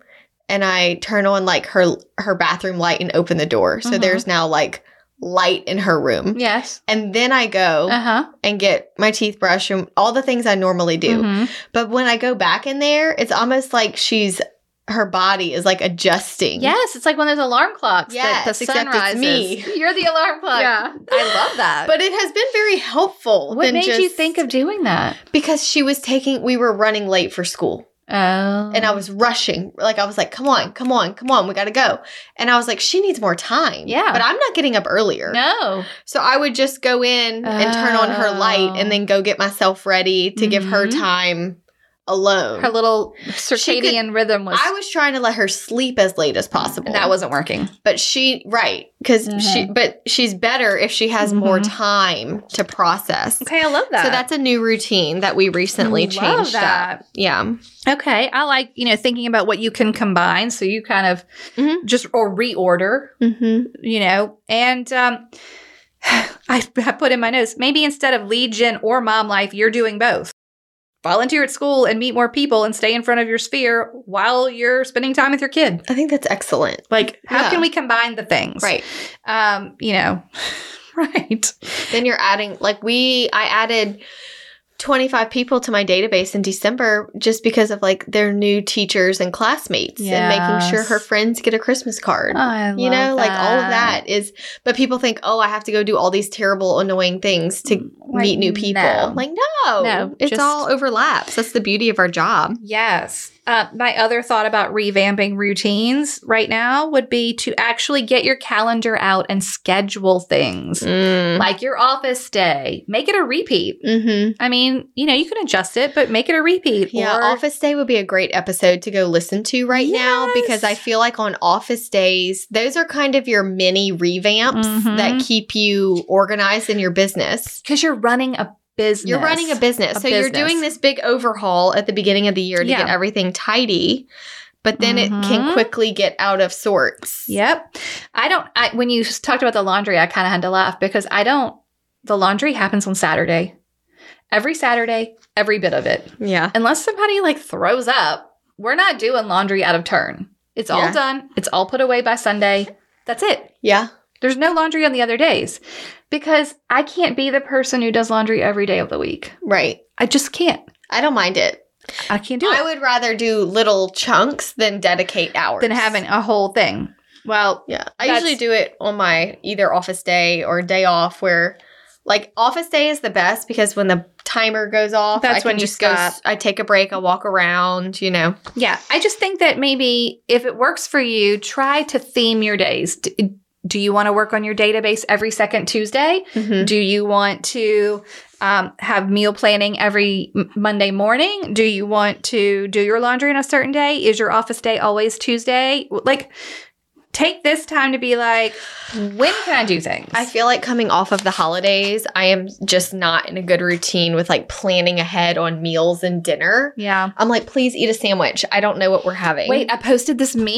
and I turn on like her her bathroom light and open the door. So Mhm. there's now like light in her room. Yes. And then I go Uh huh. and get my teeth brushed and all the things I normally do. Mm-hmm. But when I go back in there, it's almost like she's her body is like adjusting. Yes, it's like one of those alarm clocks that Yes, the sun except it's rises. me. You're the alarm clock. Yeah. I love that. But it has been very helpful. Uh, what than made you just- think of doing that? because she was taking we were running late for school. Oh. and I was rushing. Like I was like, "Come on, come on, come on, we gotta go." And I was like, "She needs more time." Yeah. but I'm not getting up earlier. No. So I would just go in and turn on her light, and then go get myself ready to give her Mhm. time alone. Her little She could- circadian rhythm was. I was trying to let her sleep as late as possible. and that Mm-hmm. wasn't working. but she right because she, but she's better if she has more Mhm. time to process. Okay, I love that. So that's a new routine that we recently Love changed that. up. Yeah. Okay, I like you know thinking about what you can combine, so you kind of Mhm. just or reorder, Mm-hmm. you know. And um, I, I put in my notes maybe instead of lead gen or mom life, you're doing both. Volunteer at school and meet more people and stay in front of your sphere while you're spending time with your kid. I think that's excellent. Like, how Yeah. can we combine the things? Right. Um, you know, right. Then you're adding like we I added 25 people to my database in December just because of like their new teachers and classmates and making sure Yes. Oh, her friends get a Christmas card. I you know, like all of that is but people think, "Oh, I have to go do all these terrible annoying things to Mm. Like, meet new people." no. Like, no. No, it's just- all overlaps. That's the beauty of our job. Yes. Uh, my other thought about revamping routines right now would be to actually get your calendar out and schedule things. Mm. Like your office day, make it a repeat. Mhm. I mean, you know, you can adjust it, but make it a repeat. Yeah, Or- Office Day would be a great episode to go listen to right now because I Yes. feel like on Office Days, those are kind of your mini revamps Mhm. that keep you organized in your business. because you're running a business. You're running a business. A so you're doing business. this big overhaul at the beginning of the year to Yeah. get everything tidy, but then it Mhm. can quickly get out of sorts. Yep. I don't. I, when you talked about the laundry, I kind of had to laugh because I don't. The laundry happens on Saturday, every Saturday, every bit of it. Yeah. unless somebody like throws up, we're not doing laundry out of turn. It's all Yeah. done. It's all put away by Sunday. That's it. Yeah. There's no laundry on the other days because I can't be the person who does laundry every day of the week. Right. I just can't. I don't mind it. I can't do I it. would rather do little chunks than dedicate hours. Than having a whole thing. Well, Yeah. I That's- usually do it on my either office day or day off where like office day is the best because when the timer goes off, That's I can when you just go s- stop. I take a break, I walk around, you know. yeah, I just think that maybe if it works for you, try to theme your days. D- do you want to work on your database every second Tuesday? Do you want to um, have meal planning every m- Monday morning? Do you want to do your laundry on a certain day? Is your office day always Tuesday? W- Like, take this time to be like, when can I do things? I feel like coming off of the holidays, I am just not in a good routine with like planning ahead on meals and dinner. yeah. I'm like, please eat a sandwich. I don't know what we're having. Wait, I posted this meme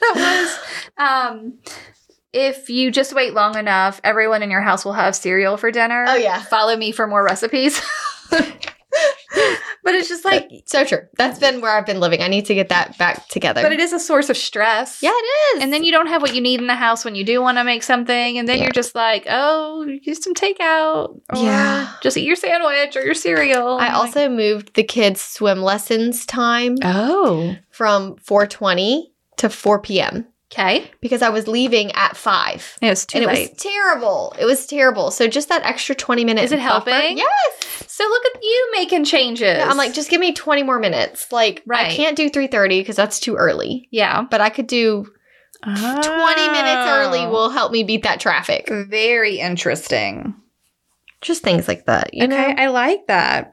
that was. Um, if you just wait long enough, everyone in your house will have cereal for dinner. Oh, yeah. Follow me for more recipes. but it's just like, so true. That's been where I've been living. I need to get that back together. but it is a source of stress. yeah, it is. And then you don't have what you need in the house when you do want to make something. And then Yeah. you're just like, oh, get some takeout. Or Yeah. Just eat your sandwich or your cereal. I And, like- also moved the kids' swim lessons time Oh. from 4:20 to 4 p.m. Okay. because I was leaving at 5. It was too and it late. was terrible. It was terrible. So just that extra 20 minutes. Is it helping? Yes. so look at you making changes. I'm like just give me 20 more minutes. Like Right. I can't do 3:30 cuz that's too early. yeah. But I could do Oh. 20 minutes early Oh. will help me beat that traffic. Very interesting. Just things like that, you know. okay. I like that.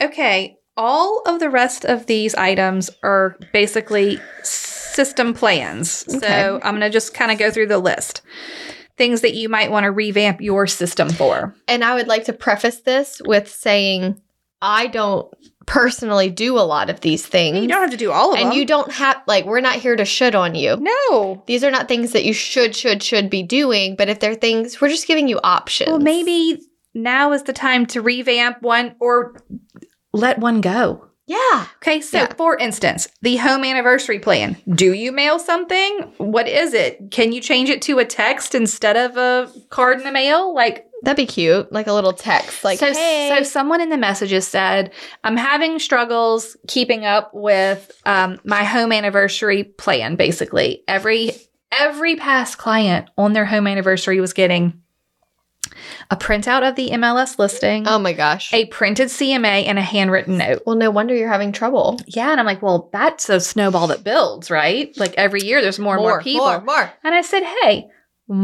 Okay. All of the rest of these items are basically system plans. Okay. So I'm going to just kind of go through the list. Things that you might want to revamp your system for. And I would like to preface this with saying I don't personally do a lot of these things. You don't have to do all of and them. you don't have like we're not here to should on you Uh-huh. no. these are not things that you should should should be doing but if they're things we're just giving you options Well, maybe now is the time to revamp one or let one go. yeah Okay, so Yeah. for instance, the home anniversary plan. Do you mail something? What is it? Can you change it to a text instead of a card in the mail? Like, that'd be cute like a little text like so, hey so someone in the messages said, I'm having struggles keeping up with um, my home anniversary plan, basically. Every every past client on their home anniversary was getting a printout of the MLS listing, Oh my gosh. a printed CMA, and a handwritten note. well, no wonder you're having trouble. Yeah, and I'm like, well, that's a snowball that builds, right? Like every year there's more and more, people. More, more. And I said, hey,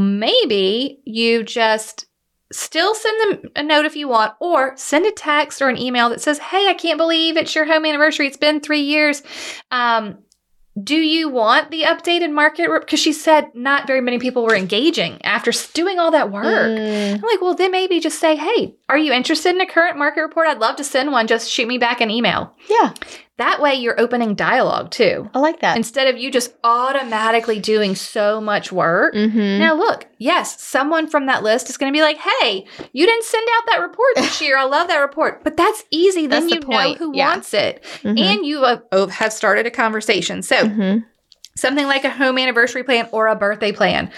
maybe you just still send them a note if you want, or send a text or an email that says, hey, I can't believe it's your home anniversary. It's been three years. Um, do you want the updated market? Because she said not very many people were engaging after s- doing all that work. Mm. I'm like, well, then maybe just say, hey, are you interested in a current market report? I'd love to send one. Just shoot me back an email. Yeah, That way you're opening dialogue too. I like that. Instead of you just automatically doing so much work. Mm-hmm. Now, look, yes, someone from that list is going to be like, hey, you didn't send out that report this year. I love that report. But that's easy. Then That's the you know point. who Yeah. wants it. mm-hmm, And you have, oh, have started a conversation. So, Mm-hmm. something like a home anniversary plan or a birthday plan.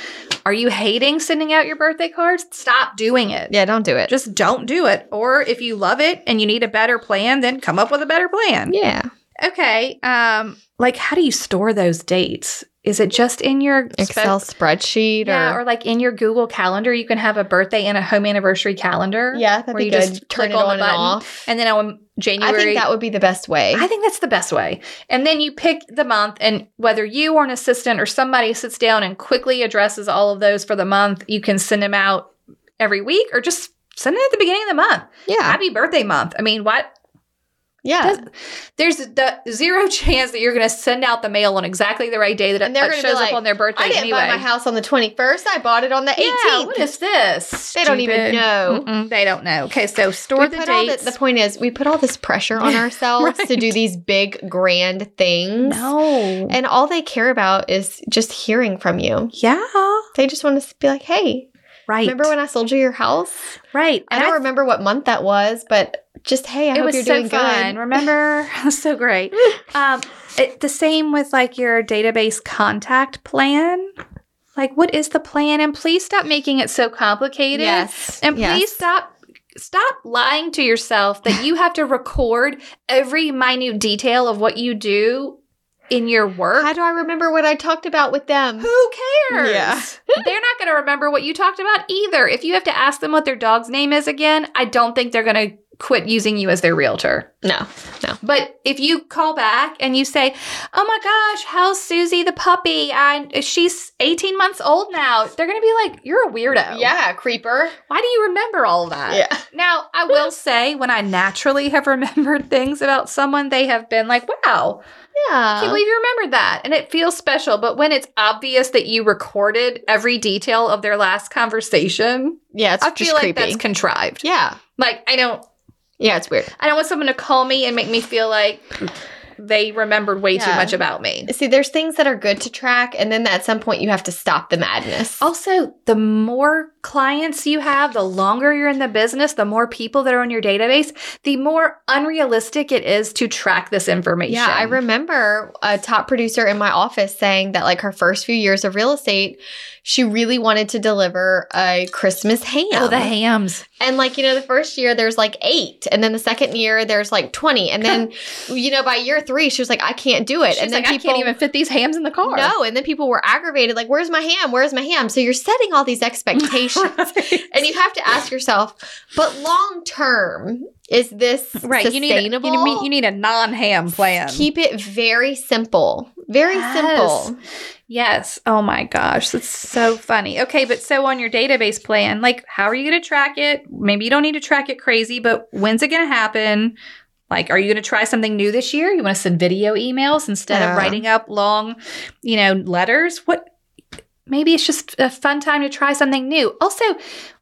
Are you hating sending out your birthday cards? Stop doing it. Yeah, don't do it. Just don't do it. Or if you love it and you need a better plan, then come up with a better plan. yeah. Okay. Um, like how do you store those dates? Is it just in your spe- Excel spreadsheet yeah, or, or like in your Google calendar, you can have a birthday and a home anniversary calendar. yeah, that'd where be you good. just Turn click it on on, the and button. off. And then on I January, think that would be the best way. I think that's the best way. And then you pick the month, and whether you or an assistant or somebody sits down and quickly addresses all of those for the month, you can send them out every week or just send it at the beginning of the month. yeah, Happy birthday month. I mean, what? yeah. does- There's the zero chance that you're going to send out the mail on exactly the right day that And they're it gonna be shows like, up on their birthday I didn't anyway. buy my house on the 21st. I bought it on the 18th. Yeah, what is this? They don't even Stupid. know. Mm-mm, they don't know. Okay, so We store the put all dates. the point is, we put all this pressure on ourselves to do these big, grand things. no. And all they care about is just hearing from you. Yeah. They just want us to be like, hey, Right. remember when I sold you your house? right. I don't remember what month that was, but just, hey, I it hope was you're so doing fun. good. Remember, it was so great. Um, it, the same with like your database contact plan. Like, what is the plan? And please stop making it so complicated. Yes. And yes. please stop stop lying to yourself that you have to record every minute detail of what you do in your work. How do I remember what I talked about with them? Who cares? Yeah. they're not going to remember what you talked about either. If you have to ask them what their dog's name is again, I don't think they're going to quit using you as their realtor. No. But if you call back and you say, "Oh my gosh, how's Susie the puppy? I she's 18 months old now." They're going to be like, "You're a weirdo. Yeah, creeper. Why do you remember all of that?" Yeah. Now, I will say when I naturally have remembered things about someone, they have been like, "Wow, I can't Yeah. believe you remembered that." And it feels special, but when it's obvious that you recorded every detail of their last conversation, Yeah, it's I just feel like creepy. that's contrived. yeah. Like, I don't Yeah, it's weird. I don't want someone to call me and make me feel like they remembered way too Yeah. much about me. See, there's things that are good to track, and then at some point you have to stop the madness. Also, the more clients you have, the longer you're in the business, the more people that are on your database, the more unrealistic it is to track this information. Yeah, I remember a top producer in my office saying that like her first few years of real estate, she really wanted to deliver a Christmas ham. Oh, the hams. And like, you know, the first year there's like 8, and then the second year there's like 20, and then you know by year 3 she was like I can't do it. She's and then like, I can't even fit these hams in the car. No, and then people were aggravated like where's my ham? Where's my ham? So you're setting all these expectations. and you have to ask yourself, but long term, is this right. You need, a, sustainable? you, need, you need a non-ham plan. keep it very simple, very Yes. simple. Yes. Oh my gosh. That's so funny. Okay. But so on your database plan, like, how are you going to track it? Maybe you don't need to track it crazy, but when's it going to happen? Like, are you going to try something new this year? You want to send video emails instead Yeah. of writing up long, you know, letters? What? Maybe it's just a fun time to try something new. Also,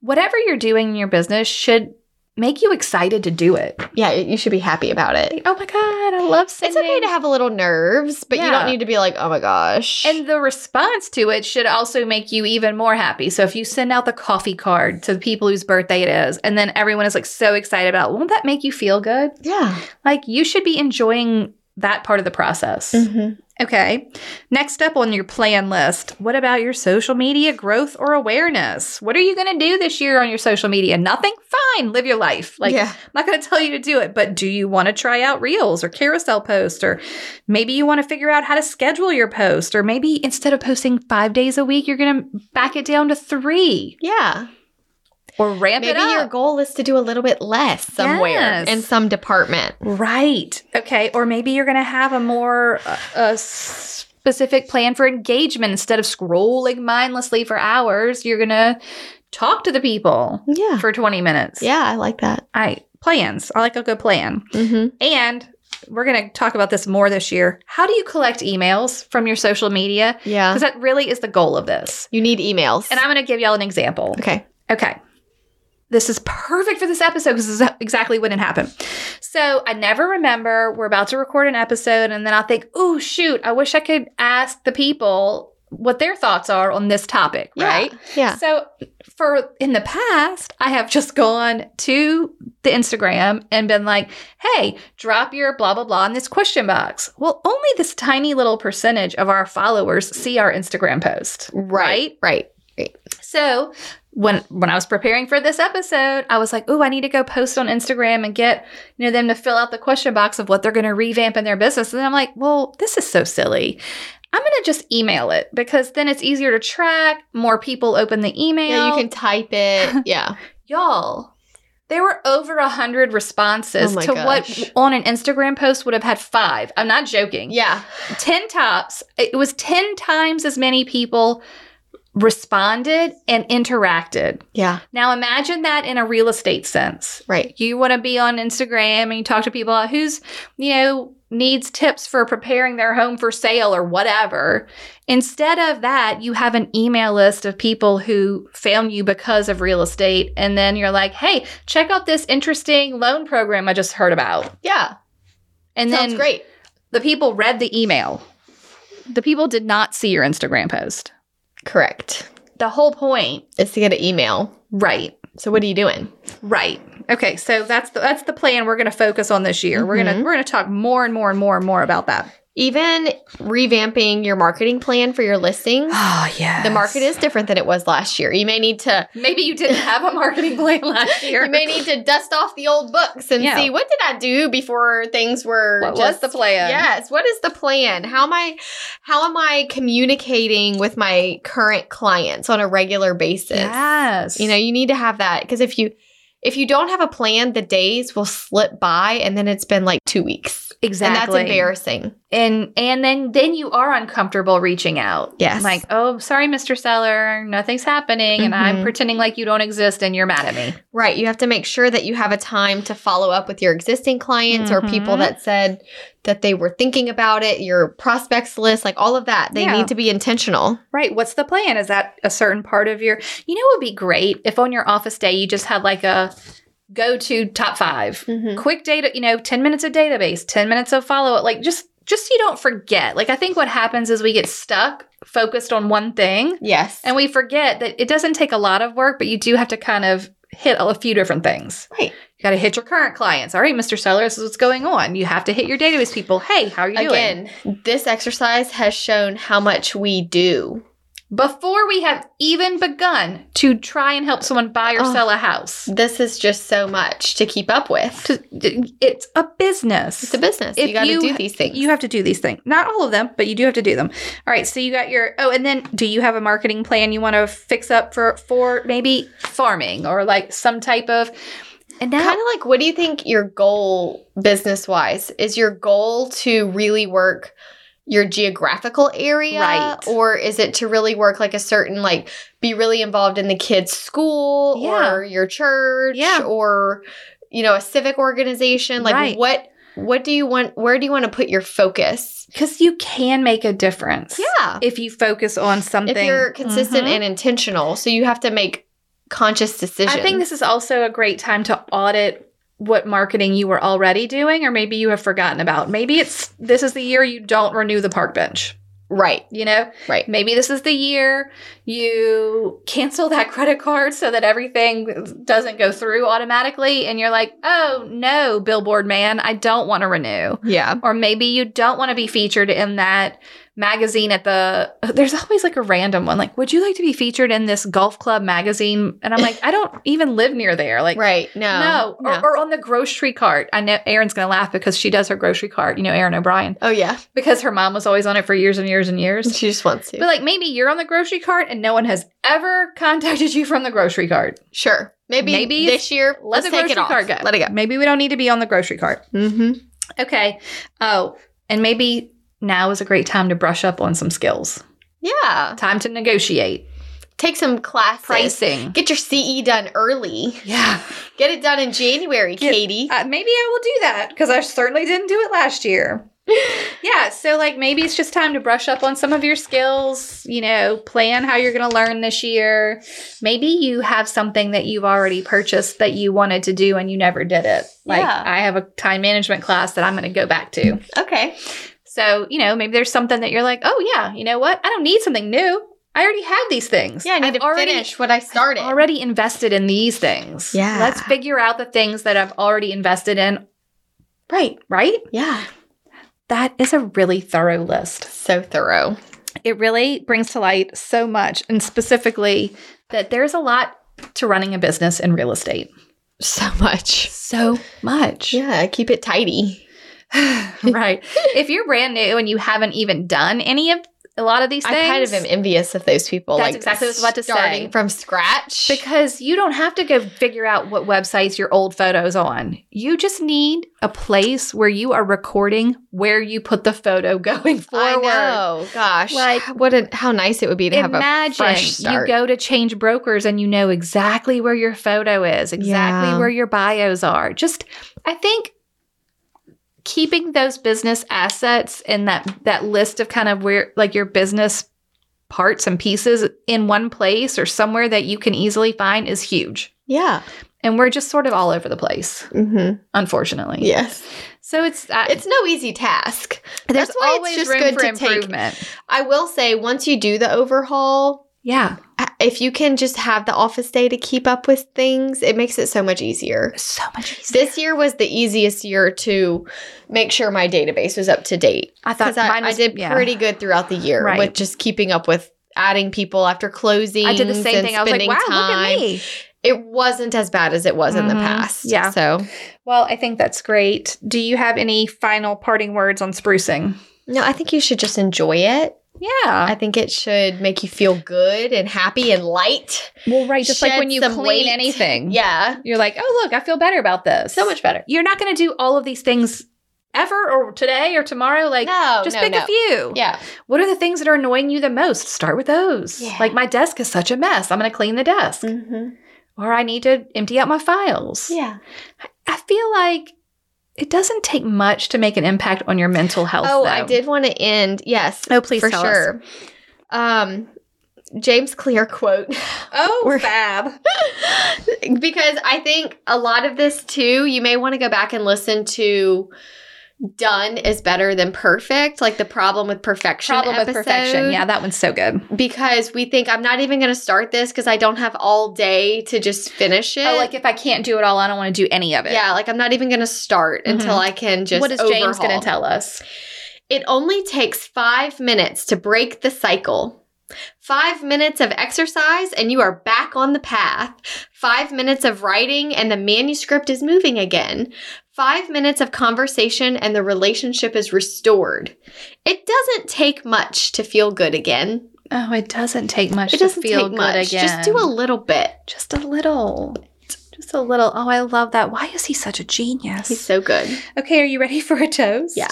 whatever you're doing in your business should make you excited to do it. Yeah, you should be happy about it. Oh my God. I love It's sending. okay to have a little nerves, but you don't Yeah. need to be like, oh my gosh. And the response to it should also make you even more happy. So if you send out the coffee card to the people whose birthday it is, and then everyone is like so excited about, it, won't that make you feel good? yeah. Like you should be enjoying that part of the process. Mm. Okay. Next up on your plan list, what about your social media growth or awareness? What are you going to do this year on your social media? Nothing? Fine. Live your life. Like yeah. I'm not going to tell you to do it, but do you want to try out reels or carousel posts? Or maybe you want to figure out how to schedule your post, or maybe instead of posting five days a week, you're going to back it down to three. Yeah. or ramp Maybe it up. your goal is to do a little bit less somewhere Yes. in some department. Right. Okay. Or maybe you're going to have a more uh, a specific plan for engagement instead of scrolling mindlessly for hours. You're going to talk to the people Yeah. for 20 minutes. Yeah, I like that. I plans. I like a good plan. Mm-hmm. And we're going to talk about this more this year. How do you collect emails from your social media? Yeah. Because that really is the goal of this. You need emails. And I'm going to give y'all an example. okay. Okay. This is perfect for this episode because this is exactly when it happened. So I never remember. We're about to record an episode, and then I think, oh, shoot, I wish I could ask the people what their thoughts are on this topic, Yeah. right? Yeah. So for in the past, I have just gone to the Instagram and been like, hey, drop your blah blah blah in this question box. Well, only this tiny little percentage of our followers see our Instagram post. Right. Right. So when when I was preparing for this episode, I was like, "Oh, I need to go post on Instagram and get you know them to fill out the question box of what they're going to revamp in their business." And then I'm like, "Well, this is so silly. I'm going to just email it because then it's easier to track. More people open the email. Yeah, you can type it. Yeah. y'all." There were over a hundred responses Oh my to gosh. what on an Instagram post would have had five. I'm not joking. Yeah. 10 tops. It was 10 times as many people responded and interacted. Yeah. Now imagine that in a real estate sense. Right. You want to be on Instagram and you talk to people about who's, you know, needs tips for preparing their home for sale or whatever. Instead of that, you have an email list of people who found you because of real estate and then you're like, "Hey, check out this interesting loan program I just heard about." Yeah. And Sounds then great. the people read the email. The people did not see your Instagram post. Correct. The whole point, It's to get an email. right? So what are you doing? Right. Okay. So that's the that's the plan we're going to focus on this year. We're gonna Mhm. we're gonna talk more and more and more and more about that. Even revamping your marketing plan for your listings. Oh yeah. The market is different than it was last year. You may need to maybe you didn't have a marketing plan last year. you may need to dust off the old books and Yeah. see what did I do before things were What was just the plan? Yes, what is the plan? How am I how am I communicating with my current clients on a regular basis? Yes. You know, you need to have that because if you if you don't have a plan, the days will slip by and then it's been like 2 weeks. exactly. And that's embarrassing. and and then then you are uncomfortable reaching out Yes. like oh sorry mr seller nothing's happening and i'm Mhm. pretending like you don't exist and you're mad at me Right. You have to make sure that you have a time to follow up with your existing clients or people Mhm. that said that they were thinking about it, your prospects list, like all of that. They Yeah. need to be intentional. right what's the plan is that a certain part of your you know it would be great if on your office day you just had like a go to top 5 Mm-hmm. quick data you know 10 minutes of database 10 minutes of follow up like just just so you don't forget like i think what happens is we get stuck focused on one thing Yes. and we forget that it doesn't take a lot of work but you do have to kind of hit a few different things Right. you got to hit your current clients all right mr seller this is what's going on you have to hit your database people hey how are you doing Again, this exercise has shown how much we do. before we have even begun to try and help someone buy or Oh. sell a house This is just so much to keep up with. To- it's a business It's a business. If you got to you- do these things. You have to do these things. Not all of them, but you do have to do them. All right. So you got your oh, and then do you have a marketing plan you want to fix up for for maybe farming or like some type of and now kind of like what do you think your goal business wise is your goal to really work your geographical area Right. or is it to really work like a certain like be really involved in the kids school Yeah. or your church Yeah. or you know a civic organization like Right. what what do you want where do you want to put your focus because you can make a difference. yeah If you focus on something, if you're consistent Mhm. and intentional so you have to make conscious decisions I think this is also a great time to audit what marketing you were already doing, or maybe you have forgotten about. Maybe it's this is the year you don't renew the park bench. right You know, Right. Maybe this is the year you cancel that credit card so that everything doesn't go through automatically. And you're like, oh no, billboard man, I don't want to renew. yeah Or maybe you don't want to be featured in that magazine at the uh, there's always like a random one like would you like to be featured in this golf club magazine and i'm like i don't even live near there like right. No. no, Or, or on the grocery cart i know erin's gonna laugh because she does her grocery cart you know erin o'brien oh, yeah. because her mom was always on it for years and years and years She just wants to. but like maybe you're on the grocery cart and no one has ever contacted you from the grocery cart sure. Maybe, Maybe this year, let let's the take grocery it off. cart go Let it go. maybe we don't need to be on the grocery cart Mm-hmm. Okay. Oh, and maybe now is a great time to brush up on some skills. Yeah. Time to negotiate. Take some classes. Pricing. Get your CE done early. Yeah. Get it done in January, Get- Katie. Uh, maybe I will do that because I certainly didn't do it last year. yeah. So, like, maybe it's just time to brush up on some of your skills, you know, plan how you're going to learn this year. Maybe you have something that you've already purchased that you wanted to do and you never did it. Like, Yeah. I have a time management class that I'm going to go back to. okay. So, you know, maybe there's something that you're like, oh, yeah, you know what? I don't need something new. I already have these things. Yeah, I need I've to already, finish what I started. Already invested in these things. Yeah. Let's figure out the things that I've already invested in. Right. Right? Yeah. That is a really thorough list. So thorough. It really brings to light so much, and specifically that there's a lot to running a business in real estate. So much. So much. Yeah. Keep it tidy. right. If you're brand new and you haven't even done any of a lot of these I things, kind of am envious of those people. That's like exactly what I was about to starting say. from scratch. Because you don't have to go figure out what websites your old photos on. You just need a place where you are recording where you put the photo going I forward. know. Gosh, Like- what a, how nice it would be to have a Imagine fresh you start. go to change brokers and you know exactly where your photo is, exactly Yeah. where your bios are. Just I think keeping those business assets and that that list of kind of where like your business parts and pieces in one place or somewhere that you can easily find is huge. yeah. and we're just sort of all over the place, hmm unfortunately. Yes. So it's uh, It's no easy task. there's that's why it's always just room good for to take- improvement. I will say, once you do the overhaul, Yeah, uh, if you can just have the office day to keep up with things, it makes it so much easier. so much easier. This year was the easiest year to make sure my database was up to date I thought because I, mine I was, did yeah. pretty good throughout the year Right. with just keeping up with adding people after closing. I did the same thing. I was like, wow, look at me. It wasn't as bad as it was in the Mhm. past. Yeah. So Well, I think that's great. Do you have any final parting words on sprucing? No, I think you should just enjoy it. Yeah. I think it should make you feel good and happy and light. Well, right, just like Shed when you some weight. clean anything. Yeah. You're like, oh look, I feel Mm-hmm. better about this. So much better. You're not going to do all of these things ever or today or tomorrow. Like, no, just no, pick no. a few. Yeah. What are the things that are annoying you the most? Start with those. Yeah. Mm. Like my desk is such a mess. I'm going to clean the desk. Or I need to empty out my files. Yeah. I feel like it doesn't take much to make an impact on your mental health. Oh, I though. did want to end. Yes. Oh, please for tell us. sure. Um James Clear quote Oh, We're- fab. because I think a lot of this too, you may want to go back and listen to done is better than perfect, like the problem with perfection Problem with perfection. episode. Yeah, that one's so good. because we think I'm not even going to start this because I don't have all day to just finish it. Oh, like if I can't do it all, I don't want to do any of it. yeah, like I'm not even going to start until Mhm. I can just. what is James going overhaul. to tell us? It only takes five minutes to break the cycle. Five minutes of exercise and you are back on the path. Five minutes of writing and the manuscript is moving again. Five minutes of conversation and the relationship is restored. It doesn't take much to feel good again. Oh, it doesn't take much It doesn't to feel take good much. again. Just do a little bit. just a little. Just a little. Oh, I love that. Why is he such a genius? He's so good. Okay, are you ready for a toast? Yeah.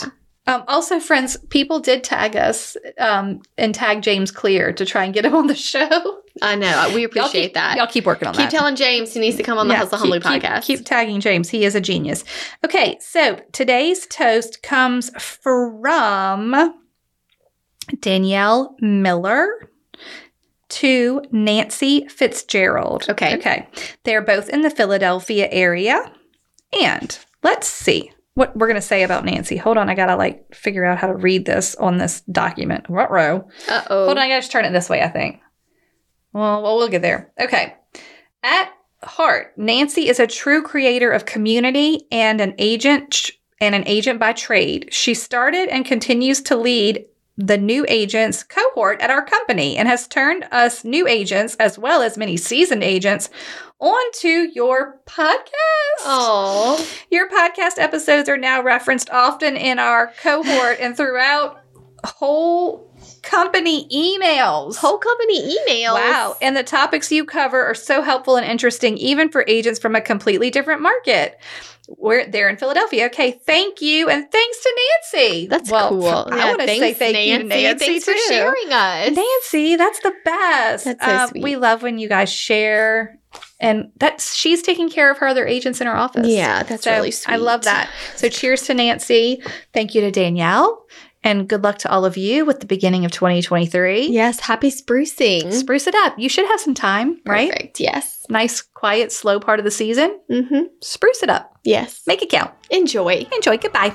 Um, also, friends, people did tag us um, and tag James Clear to try and get him on the show. I know. We Y'all appreciate keep- that. Y'all keep working on keep that. telling James he needs to come on the Yeah, Hustle Humbly keep- keep- podcast. Keep, tagging James. He is a genius. Okay, so today's toast comes from Danielle Miller to Nancy Fitzgerald. Okay. Okay. They're both in the Philadelphia area. And let's see what we're going to say about Nancy. Hold on. I got to like figure out how to read this on this document. What row? Uh oh. Hold on, I gotta just turn it this way, I think. Well, well, we'll get there. Okay. At heart, Nancy is a true creator of community and an agent and an agent by trade. She started and continues to lead the new agents cohort at our company and has turned us new agents as well as many seasoned agents onto your podcast. Oh, Your podcast episodes are now referenced often in our cohort and throughout whole company emails. whole company emails. Wow. And the topics you cover are so helpful and interesting, even for agents from a completely different market. We're there in Philadelphia. Okay. Thank you. And thanks to Nancy. That's well, cool. I Yeah, want to say thanks, thank you, Nancy, Thanks too. for sharing us. Nancy, that's the best. Um, That's so We sweet. love when you guys share. And that's she's taking care of her other agents in her office. Yeah, that's So really sweet. I love that. So cheers to Nancy. Thank you to Danielle. And good luck to all of you with the beginning of 2023. Yes, happy sprucing. Spruce it up. You should have some time, right? Mm-hmm. Perfect. Yes. nice, quiet, slow part of the season, Mm-hmm. spruce it up, Yes. make it count. Enjoy. Enjoy. Goodbye.